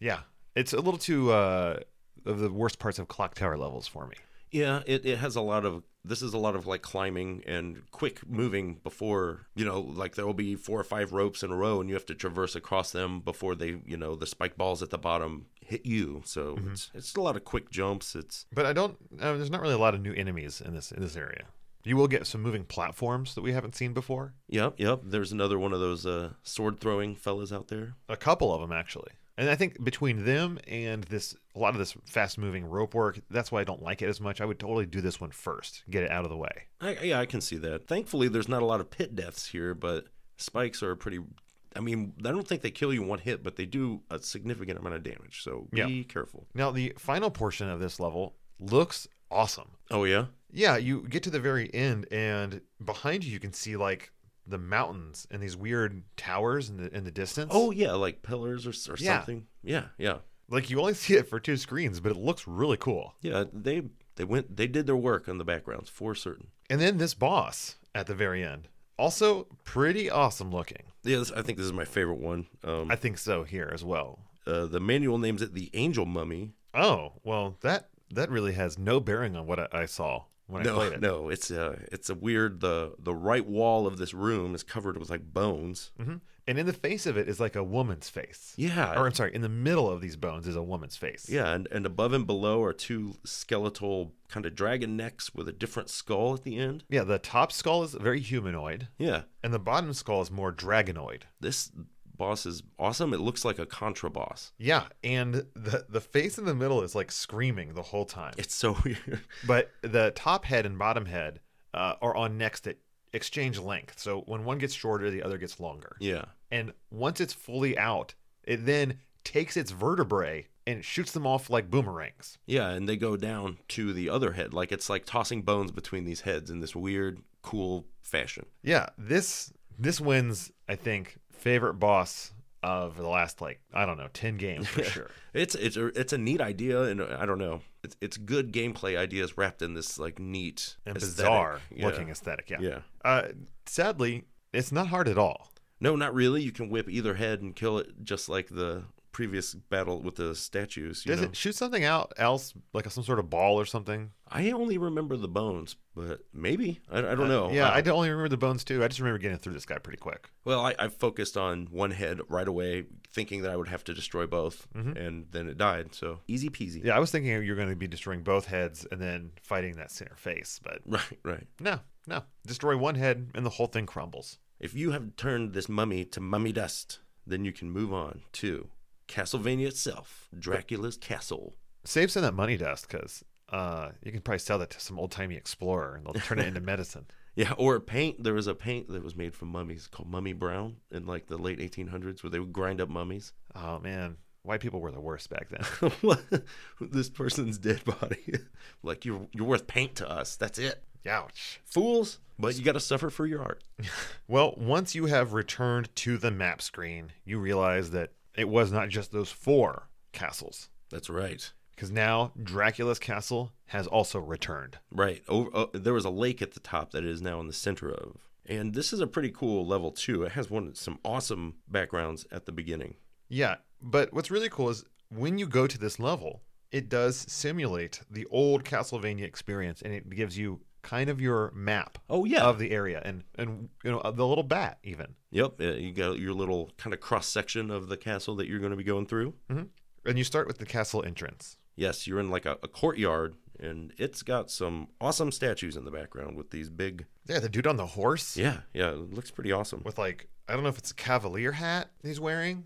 Yeah, it's a little too uh, of the worst parts of clock tower levels for me. Yeah, it, it has a lot of this is a lot of like climbing and quick moving before you know, like there will be four or five ropes in a row and you have to traverse across them before they you know, the spike balls at the bottom hit you. So it's it's a lot of quick jumps. It's But I don't. Uh, there's not really a lot of new enemies in this in this area. You will get some moving platforms that we haven't seen before. yep, yep. There's another one of those uh sword throwing fellas out there. A couple of them actually. And I think between them and this, a lot of this fast moving rope work, that's why I don't like it as much. I would totally do this one first, get it out of the way. I yeah, I can see that. Thankfully there's not a lot of pit deaths here, but spikes are pretty I mean, I don't think they kill you in one hit, but they do a significant amount of damage. So be Yeah. careful. Now, the final portion of this level looks awesome. Oh yeah? Yeah, you get to the very end, and behind you, you can see like the mountains and these weird towers in the in the distance. Oh yeah, like pillars or, or Yeah. something. Yeah, yeah, like you only (laughs) see it for two screens, but it looks really cool. yeah. They they went they did their work on the backgrounds for certain. And then this boss at the very end, also pretty awesome looking. Yeah, this, I think this is my favorite one. Um, I think so here as well. uh, the manual names it the Angel Mummy. Oh well, that that really has no bearing on what I, I saw when I No, played it. no, it's a it's a weird. The the right wall of this room is covered with like bones. hmm And in the face of it is like a woman's face. Yeah, Or I'm sorry, in the middle of these bones is a woman's face. yeah, and and above and below are two skeletal kind of dragon necks with a different skull at the end. Yeah, the top skull is very humanoid, Yeah, and the bottom skull is more dragonoid. this boss is awesome. It looks like a contra boss. Yeah, and the the face in the middle is like screaming the whole time. It's so (laughs) weird. But the top head and bottom head uh, are on necks that exchange length. So when one gets shorter, the other gets longer. yeah. And once it's fully out, it then takes its vertebrae and shoots them off like boomerangs. Yeah, and they go down to the other head. Like it's like tossing bones between these heads in this weird, cool fashion. Yeah, this this wins, I think, favorite boss of the last like I don't know ten games for (laughs) sure. It's it's a, it's a neat idea, and I don't know. It's it's good gameplay ideas wrapped in this like neat and aesthetic. bizarre Yeah. looking aesthetic. Yeah. Yeah. Uh, sadly, it's not hard at all. No, not really. You can whip either head and kill it, just like the previous battle with the statues. You Does know? it shoot something out else, like some sort of ball or something? I only remember the bones, but maybe I, I don't know. Uh, yeah, I, I, don't only remember the bones too. I just remember getting through this guy pretty quick. Well, I, I focused on one head right away, thinking that I would have to destroy both, Mm-hmm. and then it died. So easy peasy. Yeah, I was thinking you're going to be destroying both heads and then fighting that center face, but Right. Right. no, no, destroy one head and the whole thing crumbles. If you have turned this mummy to mummy dust, then you can move on to Castlevania itself, Dracula's castle. Save some of that money dust because uh, you can probably sell that to some old timey explorer and they'll turn it into medicine. Yeah, or paint. There was a paint that was made from mummies called Mummy Brown in like the late 1800s, where they would grind up mummies. (laughs) Oh man, white people were the worst back then. (laughs) this person's dead body. (laughs) like you're you're worth paint to us. That's it, Ouch. fools. But you got to suffer for your art. Well, once you have returned to the map screen, you realize that it was not just those four castles, That's right. because now Dracula's castle has also returned. Right. Over, uh, there was a lake at the top that it is now in the center of. And this is a pretty cool level too. It has one some awesome backgrounds at the beginning. Yeah, but what's really cool is when you go to this level, it does simulate the old Castlevania experience and it gives you kind of your map Oh yeah. of the area and and you know the little bat even. yep. yeah, You got your little kind of cross section of the castle that you're going to be going through. And you start with the castle entrance. Yes, you're in like a, a courtyard, and it's got some awesome statues in the background with these big. Yeah, the dude on the horse Yeah, yeah, it looks pretty awesome. (laughs) with like I don't know if it's a cavalier hat he's wearing,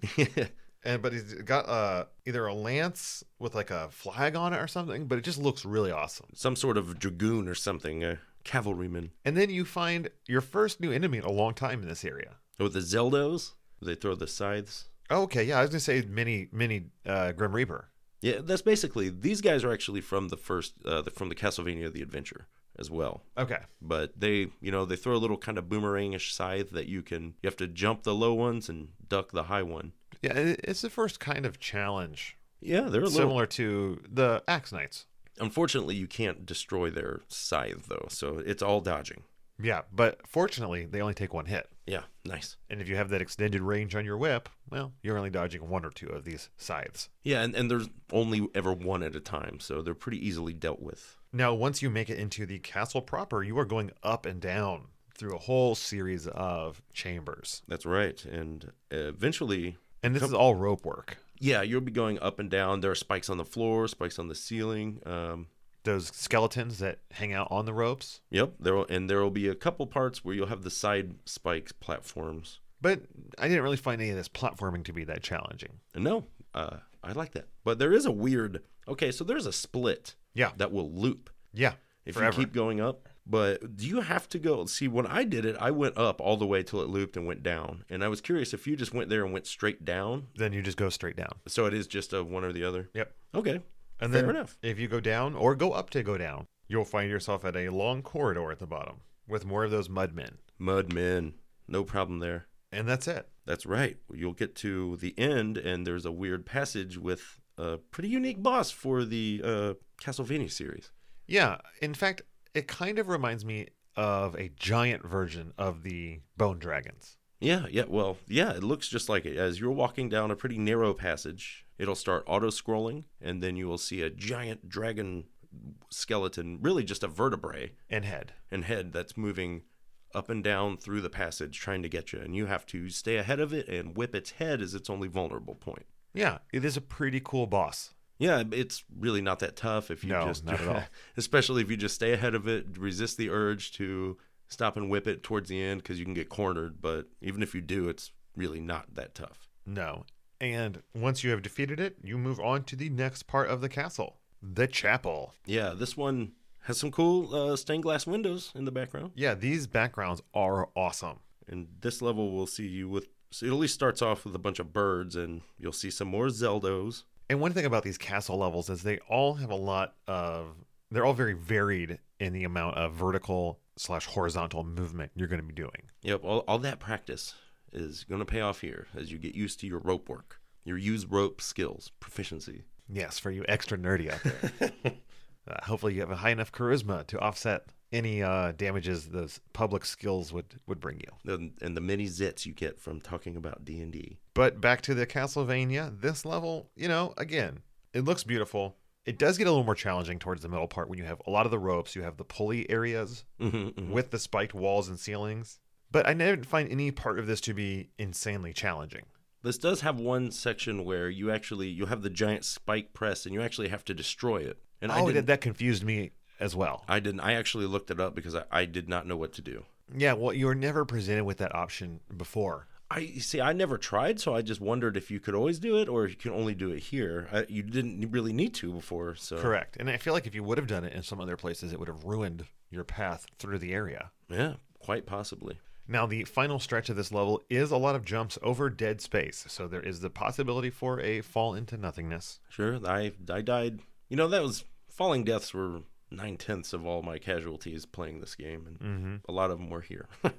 and but he's got uh either a lance with like a flag on it or something, but it just looks really awesome. some sort of dragoon or something, a cavalryman. And then you find your first new enemy in a long time in this area. Oh, the Zeldos? They throw the scythes. Oh, okay, yeah, I was gonna say mini mini uh, Grim Reaper. Yeah, that's basically these guys are actually from the first, uh, the, from the Castlevania the Adventure as well. Okay, But they, you know, they throw a little kind of boomerangish scythe that you can, you have to jump the low ones and duck the high one. yeah, it, it's the first kind of challenge Yeah, they're a little. similar to the Axe Knights. Unfortunately, you can't destroy their scythe though, so it's all dodging. Yeah, but fortunately they only take one hit. Yeah, nice. And if you have that extended range on your whip, well, you're only dodging one or two of these scythes. Yeah, and, and there's only ever one at a time, so they're pretty easily dealt with. Now, once you make it into the castle proper, you are going up and down through a whole series of chambers. That's right. And eventually, And this is all rope work. yeah, you'll be going up and down. There are spikes on the floor, spikes on the ceiling. Um, Those skeletons that hang out on the ropes. yep, there will, and there will be a couple parts where you'll have the side spike platforms. But I didn't really find any of this platforming to be that challenging. And no, uh, I like that. But there is a weird. Okay, so there's a split Yeah. that will loop Yeah. if forever. you keep going up. But do you have to go? See, when I did it, I went up all the way till it looped and went down. And I was curious if you just went there and went straight down. then you just go straight down. So it is just a one or the other. Yep. Okay. And Fair then enough. if you go down or go up to go down, you'll find yourself at a long corridor at the bottom with more of those mud men. Mud men. No problem there. And that's it. That's right. You'll get to the end, and there's a weird passage with a pretty unique boss for the uh, Castlevania series. Yeah. In fact, it kind of reminds me of a giant version of the Bone Dragons. Yeah, yeah. Well, yeah, it looks just like it. As you're walking down a pretty narrow passage, it'll start auto scrolling, and then you will see a giant dragon skeleton, really just a vertebrae and head. and head that's moving up and down through the passage trying to get you. And you have to stay ahead of it and whip its head as its only vulnerable point. Yeah, it is a pretty cool boss. Yeah, it's really not that tough if you No, just not at all. (laughs) especially if you just stay ahead of it, resist the urge to stop and whip it towards the end because you can get cornered. But even if you do, it's really not that tough. No. And once you have defeated it, you move on to the next part of the castle, the chapel. Yeah, this one has some cool uh, stained glass windows in the background, Yeah, these backgrounds are awesome. and this level will see you with. So it at least starts off with a bunch of birds, and you'll see some more Zeldos. And one thing about these castle levels is they all have a lot of, they're all very varied in the amount of vertical slash horizontal movement you're going to be doing. Yep, all, all that practice is going to pay off here as you get used to your rope work, your use rope skills, proficiency. Yes, for you extra nerdy out there. uh, hopefully, you have a high enough charisma to offset any uh, damages those public skills would, would bring you. and, and the many zits you get from talking about D and D. But back to the Castlevania, this level, you know, again, it looks beautiful. It does get a little more challenging towards the middle part when you have a lot of the ropes, you have the pulley areas Mm-hmm, with the spiked walls and ceilings. But I didn't find any part of this to be insanely challenging. This does have one section where you actually you have the giant spike press, and you actually have to destroy it. And I oh, didn't. that confused me as well. I didn't. I actually looked it up because I, I did not know what to do. Yeah, well, you were never presented with that option before. I you see. I never tried, so I just wondered if you could always do it or if you can only do it here. I, you didn't really need to before, so Correct. And I feel like if you would have done it in some other places, it would have ruined your path through the area. yeah, quite possibly. Now, the final stretch of this level is a lot of jumps over dead space, so there is the possibility for a fall into nothingness. Sure, I I died. You know that was falling deaths were nine tenths of all my casualties playing this game, and Mm-hmm. a lot of them were here. (laughs)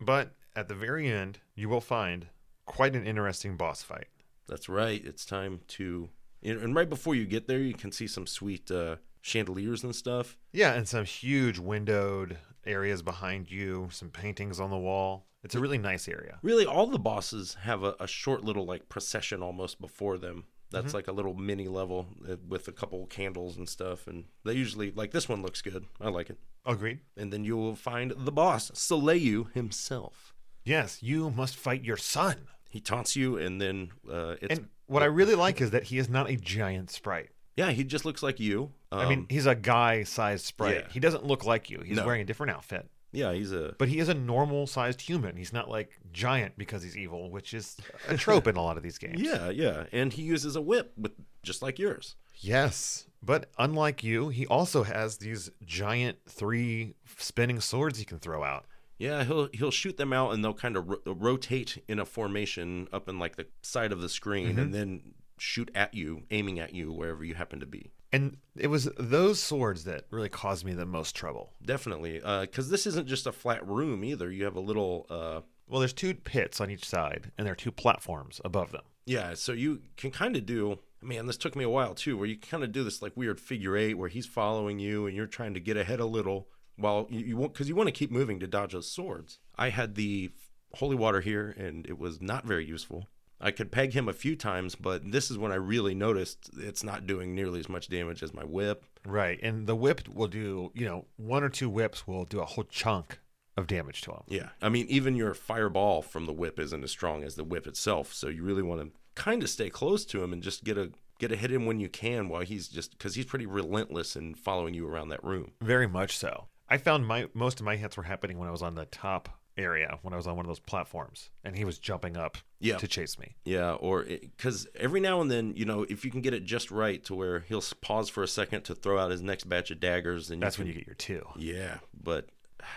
But at the very end, you will find quite an interesting boss fight. That's right. It's time to. And and right before you get there, you can see some sweet uh, chandeliers and stuff. Yeah, and some huge windowed areas behind you, some paintings on the wall. It's a really nice area. Really, all the bosses have a, a short little like procession almost before them That's Mm-hmm. like a little mini level uh, with a couple candles and stuff. And they usually, like, this one looks good. I like it. Agreed. And then you'll find the boss, Saleyu himself. Yes, you must fight your son. He taunts you, and then uh, it's. And what I really like is that he is not a giant sprite. yeah, he just looks like you. Um, I mean, he's a guy-sized sprite. yeah. He doesn't look like you. He's No. wearing a different outfit, yeah, he's a. but he is a normal-sized human. He's not like giant because he's evil, which is a trope in a lot of these games. (laughs) Yeah, yeah. And he uses a whip with just like yours. Yes, but unlike you, he also has these giant three spinning swords he can throw out. Yeah, he'll he'll shoot them out, and they'll kind of ro- rotate in a formation up in like the side of the screen, and then shoot at you, aiming at you wherever you happen to be. And it was those swords that really caused me the most trouble. Definitely, because this isn't just a flat room either. You have a little, uh, Well, there's two pits on each side, and there are two platforms above them. yeah. So you can kind of do. Man, this took me a while too, where you kind of do this like weird figure eight, where he's following you, and you're trying to get ahead a little, while you, you want because you want to keep moving to dodge those swords. I had the holy water here, and it was not very useful. I could peg him a few times, but this is when I really noticed it's not doing nearly as much damage as my whip. Right, and the whip will do, you know, one or two whips will do a whole chunk of damage to him. Yeah. I mean, even your fireball from the whip isn't as strong as the whip itself. So you really want to kind of stay close to him and just get a get a hit in when you can while he's just because he's pretty relentless in following you around that room. Very much so. I found my most of my hits were happening when I was on the top area, when I was on one of those platforms, and he was jumping up Yeah. to chase me. Yeah, or because every now and then, you know, if you can get it just right to where he'll s- pause for a second to throw out his next batch of daggers, and That's you when you get your two. can, yeah, but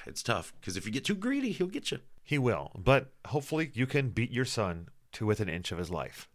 it's tough because if you get too greedy, he'll get you. He will, but hopefully you can beat your son to within an inch of his life.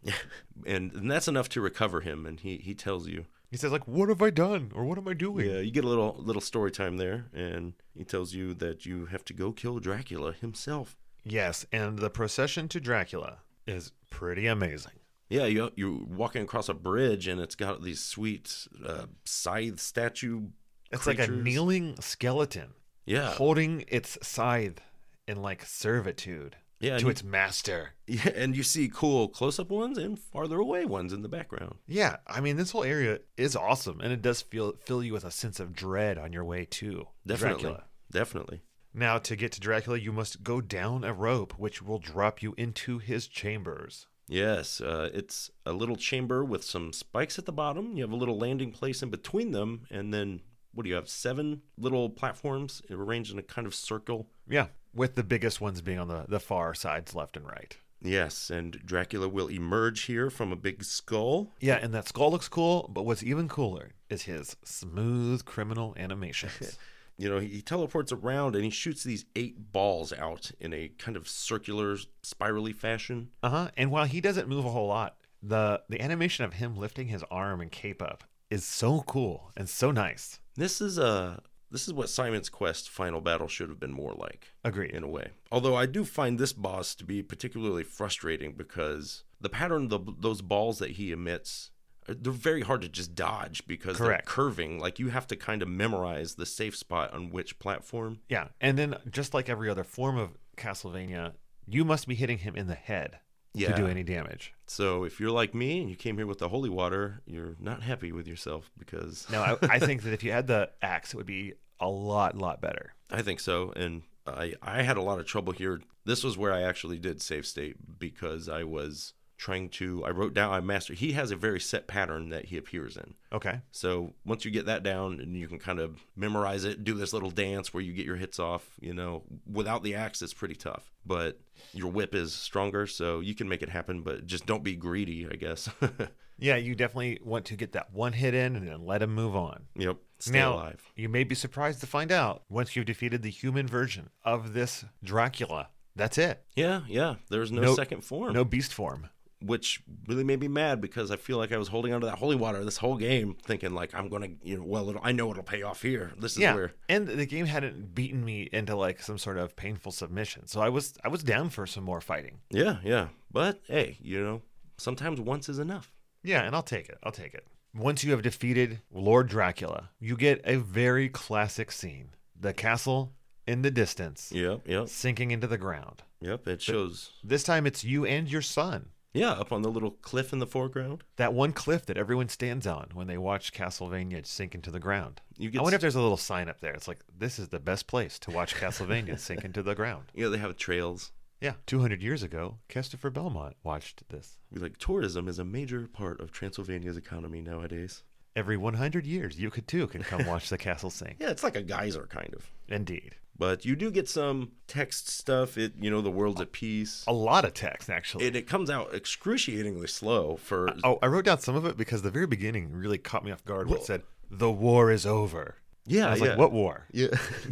and, and that's enough to recover him, and he he tells you. He says, like, what have I done? Or what am I doing? Yeah, you get a little little story time there, and he tells you that you have to go kill Dracula himself. Yes, and the procession to Dracula is pretty amazing. Yeah, you you're walking across a bridge, and it's got these sweet uh, scythe statue. It's like a creatures. kneeling skeleton Yeah, holding its scythe in like servitude yeah, to and its master. Yeah, and you (laughs) see cool close up ones and farther away ones in the background. Yeah, I mean this whole area is awesome and it does feel fill you with a sense of dread on your way to Definitely. Dracula. Definitely. Now to get to Dracula you must go down a rope which will drop you into his chambers. Yes, uh, it's a little chamber with some spikes at the bottom. You have a little landing place in between them, and then what do you have? Seven little platforms uh, arranged in a kind of circle. Yeah, with the biggest ones being on the, the far sides left and right. Yes, and Dracula will emerge here from a big skull. Yeah, and that skull looks cool, but what's even cooler is his smooth criminal animations. You know, he teleports around and he shoots these eight balls out in a kind of circular, spirally fashion. Uh huh. And while he doesn't move a whole lot, the the animation of him lifting his arm and cape up is so cool and so nice. This is a this is what Simon's Quest Final Battle should have been more like. Agreed. in a way. Although I do find this boss to be particularly frustrating because the pattern of the, those balls that he emits they're very hard to just dodge because Correct. they're curving. Like you have to kind of memorize the safe spot on which platform. Yeah. And then just like every other form of Castlevania, you must be hitting him in the head to do Yeah. any damage. So if you're like me and you came here with the holy water, you're not happy with yourself because No, I, I think that if you had the axe, it would be a lot, lot better. I think so. And I, I had a lot of trouble here. This was where I actually did save state because I was trying to. I wrote down. I mastered. He has a very set pattern that he appears in. Okay. So once you get that down and you can kind of memorize it, do this little dance where you get your hits off, you know, without the axe, it's pretty tough. But your whip is stronger, so you can make it happen, but just don't be greedy, I guess. (laughs) Yeah, you definitely want to get that one hit in and then let him move on. yep. Stay now, alive. you may be surprised to find out once you've defeated the human version of this Dracula, that's it. Yeah, yeah. There's no, No- second form, No beast form. which really made me mad because I feel like I was holding onto that holy water this whole game, thinking like I'm gonna, you know, well, it'll, I know it'll pay off here. This is yeah where. and the game hadn't beaten me into like some sort of painful submission so i was i was down for some more fighting Yeah, yeah. But hey, you know, sometimes once is enough. yeah and i'll take it i'll take it once you have defeated lord dracula you get a very classic scene the castle in the distance Yep, yep, sinking into the ground yep. It shows. this time it's you and your son Yeah, up on the little cliff in the foreground. That one cliff that everyone stands on when they watch Castlevania sink into the ground. You I get wonder if there's a little sign up there. It's like, this is the best place to watch Castlevania sink into the (laughs) ground. Yeah, they have trails. Yeah. 200 years ago, Christopher Belmont watched this. Be Like tourism is a major part of Transylvania's economy nowadays. Every 100 years, you could too can come watch the castle (laughs) sink. Yeah, it's like a geyser kind of. Indeed. But you do get some text stuff. It you know the world's at peace. A lot of text, actually. And it comes out excruciatingly slow for oh, I wrote down some of it because the very beginning really caught me off guard when it Well- said, the war is over. yeah I was Ah, yeah. like, what (laughs) war? (laughs) yeah.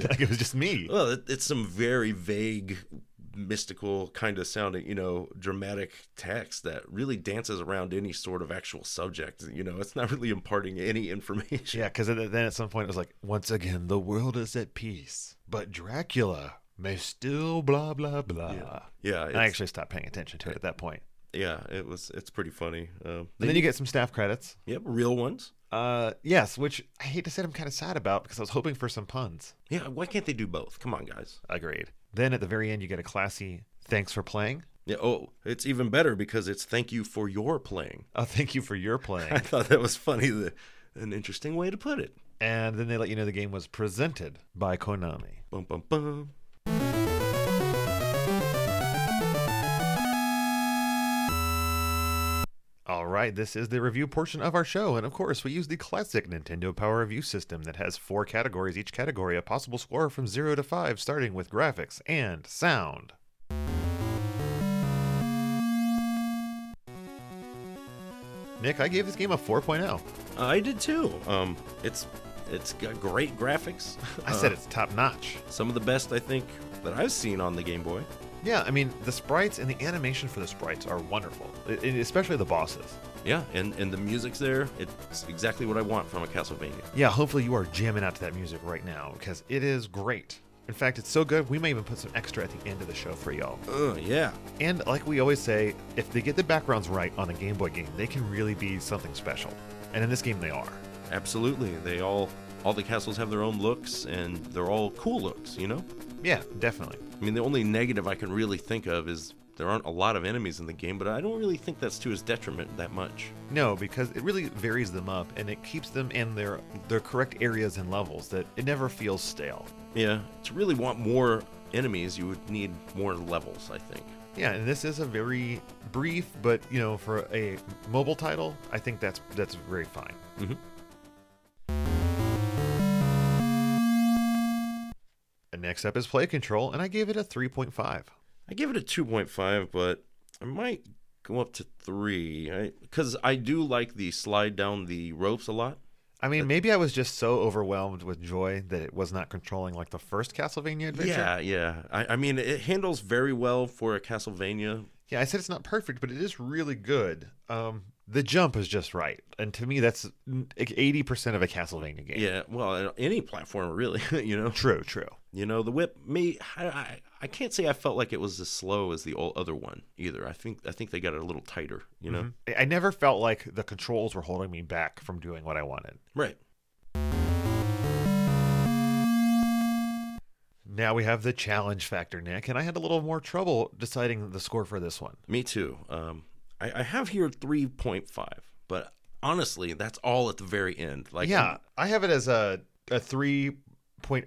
like, it was just (laughs) me. well, it, it's some very vague, mystical kind of sounding you know dramatic text that really dances around any sort of actual subject. You know, it's not really imparting any information. (laughs) Yeah, because then at some point it was like, once again, the world is at peace, but Dracula may still blah, blah, blah. And Yeah, I it's- actually stopped paying attention to it at that point. yeah, it was. It's pretty funny. Um, And then you get some staff credits. yep, real ones. Uh, yes, which I hate to say I'm kind of sad about because I was hoping for some puns. Yeah, why can't they do both? Come on, guys. Agreed. Then at the very end, you get a classy thanks for playing. Yeah. Oh, it's even better because it's thank you for your playing. (laughs) Oh, thank you for your I playing. (laughs) thought that was funny. The, an interesting way to put it. and then they let you know the game was presented by Konami. Bum bum bum. All right, this is the review portion of our show, and of course, we use the classic Nintendo Power Review system that has four categories, each category a possible score from 0 to 5, starting with graphics and sound. Nick, I gave this game a oh. 4.0. I did too. Um, it's it's got great graphics. (laughs) I said it's top notch. Some of the best I think that I've seen on the Game Boy. Yeah, I mean, the sprites and the animation for the sprites are wonderful, e- e- especially the bosses. Yeah, and and the music's there. It's exactly what I want from a Castlevania. Yeah, hopefully you are jamming out to that music right now because it is great. In fact, it's so good, we may even put some extra at the end of the show for y'all. Oh yeah. And like we always say, if they get the backgrounds right on a Game Boy game, they can really be something special. And in this game, they are. Absolutely. They all all the castles have their own looks and they're all cool looks, you know? Yeah, definitely. I mean the only negative I can really think of is there aren't a lot of enemies in the game, but I don't really think that's to his detriment that much. No, because it really varies them up and it keeps them in their their correct areas and levels that it never feels stale. Yeah. To really want more enemies, you would need more levels, I think. Yeah, and this is a very brief, but you know, for a mobile title, I think that's that's very fine. Mhm. And next up is play control, and I gave it a 3.5. I give it a 2.5, but I might go up to 3 cuz I do like the slide down the ropes a lot. I mean, maybe I was just so overwhelmed with joy that it was not controlling like the first Castlevania adventure. Yeah, yeah. I, I mean, it handles very well for a Castlevania. Yeah, I said it's not perfect, but it is really good. Um, the jump is just right, and to me, that's eighty percent of a Castlevania game. Yeah, well, any platform really, (laughs) you know. true, true. You know, the whip me I, I I can't say I felt like it was as slow as the old other one either. I think I think they got it a little tighter, you know. I- I never felt like the controls were holding me back from doing what I wanted. Right. Now we have the challenge factor, Nick, and I had a little more trouble deciding the score for this one. Me too. Um I, I have here 3.5, but honestly, that's all at the very end. Like yeah, I have it as a a oh, 3.0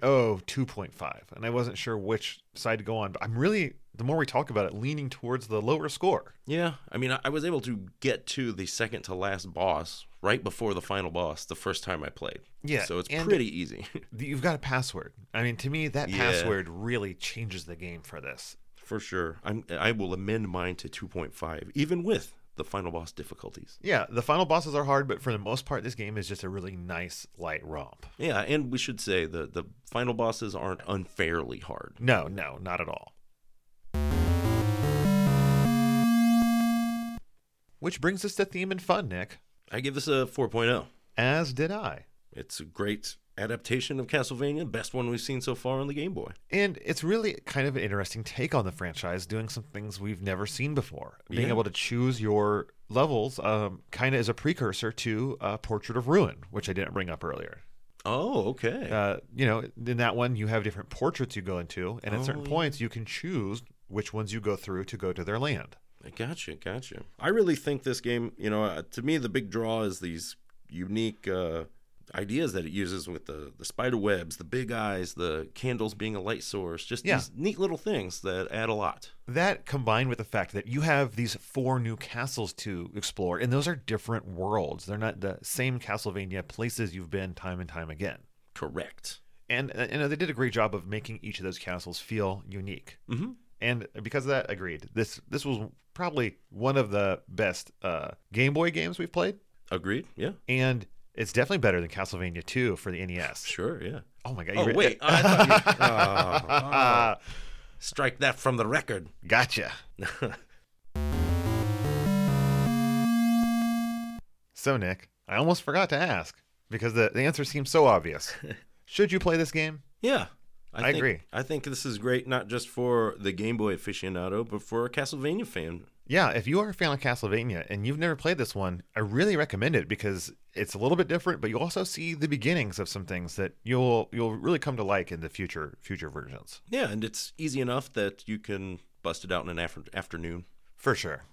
2.5, and I wasn't sure which side to go on, but I'm really the more we talk about it, leaning towards the lower score. Yeah, I mean, I- I was able to get to the second to last boss right before the final boss the first time I played. Yeah, so it's and- pretty easy. (laughs) You've got a password. I mean, to me, that Yeah. password really changes the game for this. For sure, I'm I will amend mine to 2.5, even with the final boss difficulties. Yeah, the final bosses are hard, but for the most part, this game is just a really nice light romp. Yeah, and we should say the the final bosses aren't unfairly hard. No, no, not at all. Which brings us to theme and fun, Nick. I give this a 4.0. As did I. It's a great adaptation of Castlevania, best one we've seen so far on the Game Boy. And it's really kind of an interesting take on the franchise, doing some things we've never seen before. Being Yeah. able to choose your levels um, kind of is a precursor to uh, Portrait of Ruin, which I didn't bring up earlier. Oh, okay. Uh, you know, in that one, you have different portraits you go into, and at certain Oh, yeah. points, you can choose which ones you go through to go to their land. Gotcha, gotcha. I really think this game, you know, uh, to me, the big draw is these unique uh, ideas that it uses with the the spider webs, the big eyes, the candles being a light source, just Yeah. these neat little things that add a lot. That combined with the fact that you have these four new castles to explore, and those are different worlds. They're not the same Castlevania places you've been time and time again. Correct. And uh, you know they did a great job of making each of those castles feel unique. Mm-hmm. And because of that, agreed. This this was probably one of the best uh, Game Boy games we've played, Agreed. Yeah. and it's definitely better than Castlevania 2 for the NES. Sure. Yeah. Oh my god! you Oh re- (laughs) wait, I thought you- oh, oh. strike that from the record. (laughs) gotcha. So, Nick, I almost forgot to ask because the, the answer seems so obvious. Should you play this game? yeah. I think- agree. I think this is great, not just for the Game Boy aficionado, but for a Castlevania fan. Yeah, if you are a fan of Castlevania and you've never played this one, I really recommend it because it's a little bit different, but you also see the beginnings of some things that you'll you'll really come to like in the future future versions. Yeah, and it's easy enough that you can bust it out in an after- afternoon. For sure.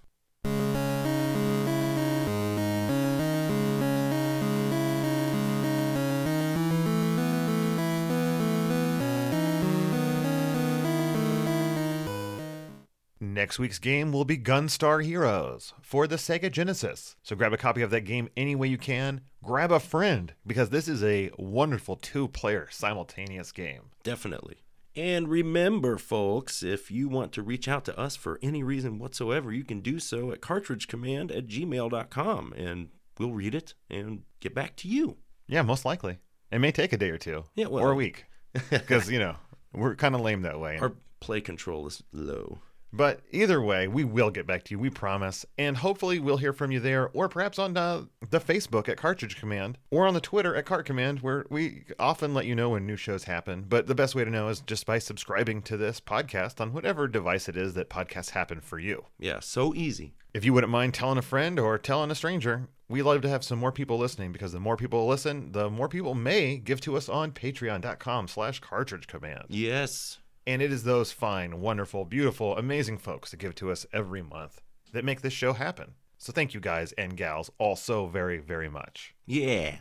Next week's game will be Gunstar Heroes for the Sega Genesis. So grab a copy of that game any way you can. Grab a friend because this is a wonderful two player simultaneous game. Definitely. And remember, folks, if you want to reach out to us for any reason whatsoever, you can do so at cartridgecommand at gmail.com and we'll read it and get back to you. Yeah, most likely. It may take a day or two. Yeah, well- or a week. (laughs) Because, you know, we're kind of lame that way. Our play control is low. But either way, we will get back to you, we promise. And hopefully, we'll hear from you there, or perhaps on the, the Facebook at Cartridge Command, or on the Twitter at Cart Command, where we often let you know when new shows happen. But the best way to know is just by subscribing to this podcast on whatever device it is that podcasts happen for you. Yeah, so easy. If you wouldn't mind telling a friend or telling a stranger, we love to have some more people listening because the more people listen, the more people may give to us on patreon.com slash cartridge command. Yes. And it is those fine, wonderful, beautiful, amazing folks that give to us every month that make this show happen. So thank you guys and gals all so very, very much. Yeah.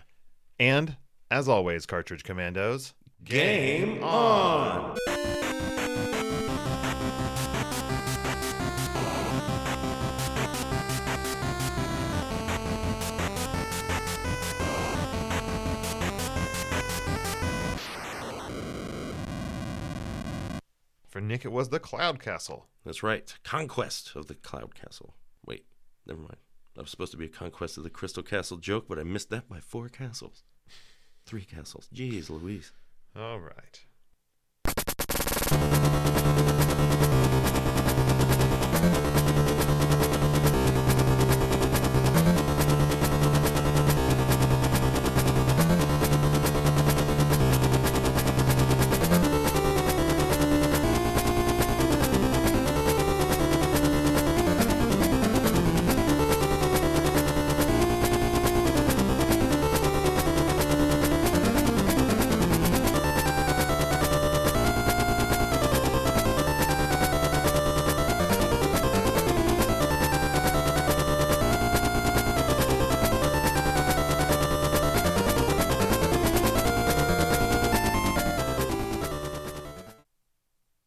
And as always, Cartridge Commandos, Game on. for Nick, it was the Cloud Castle. That's right. Conquest of the Cloud Castle. Wait, never mind. That was supposed to be a conquest of the Crystal Castle joke, but I missed that by four castles. Three castles. Jeez Louise. All right.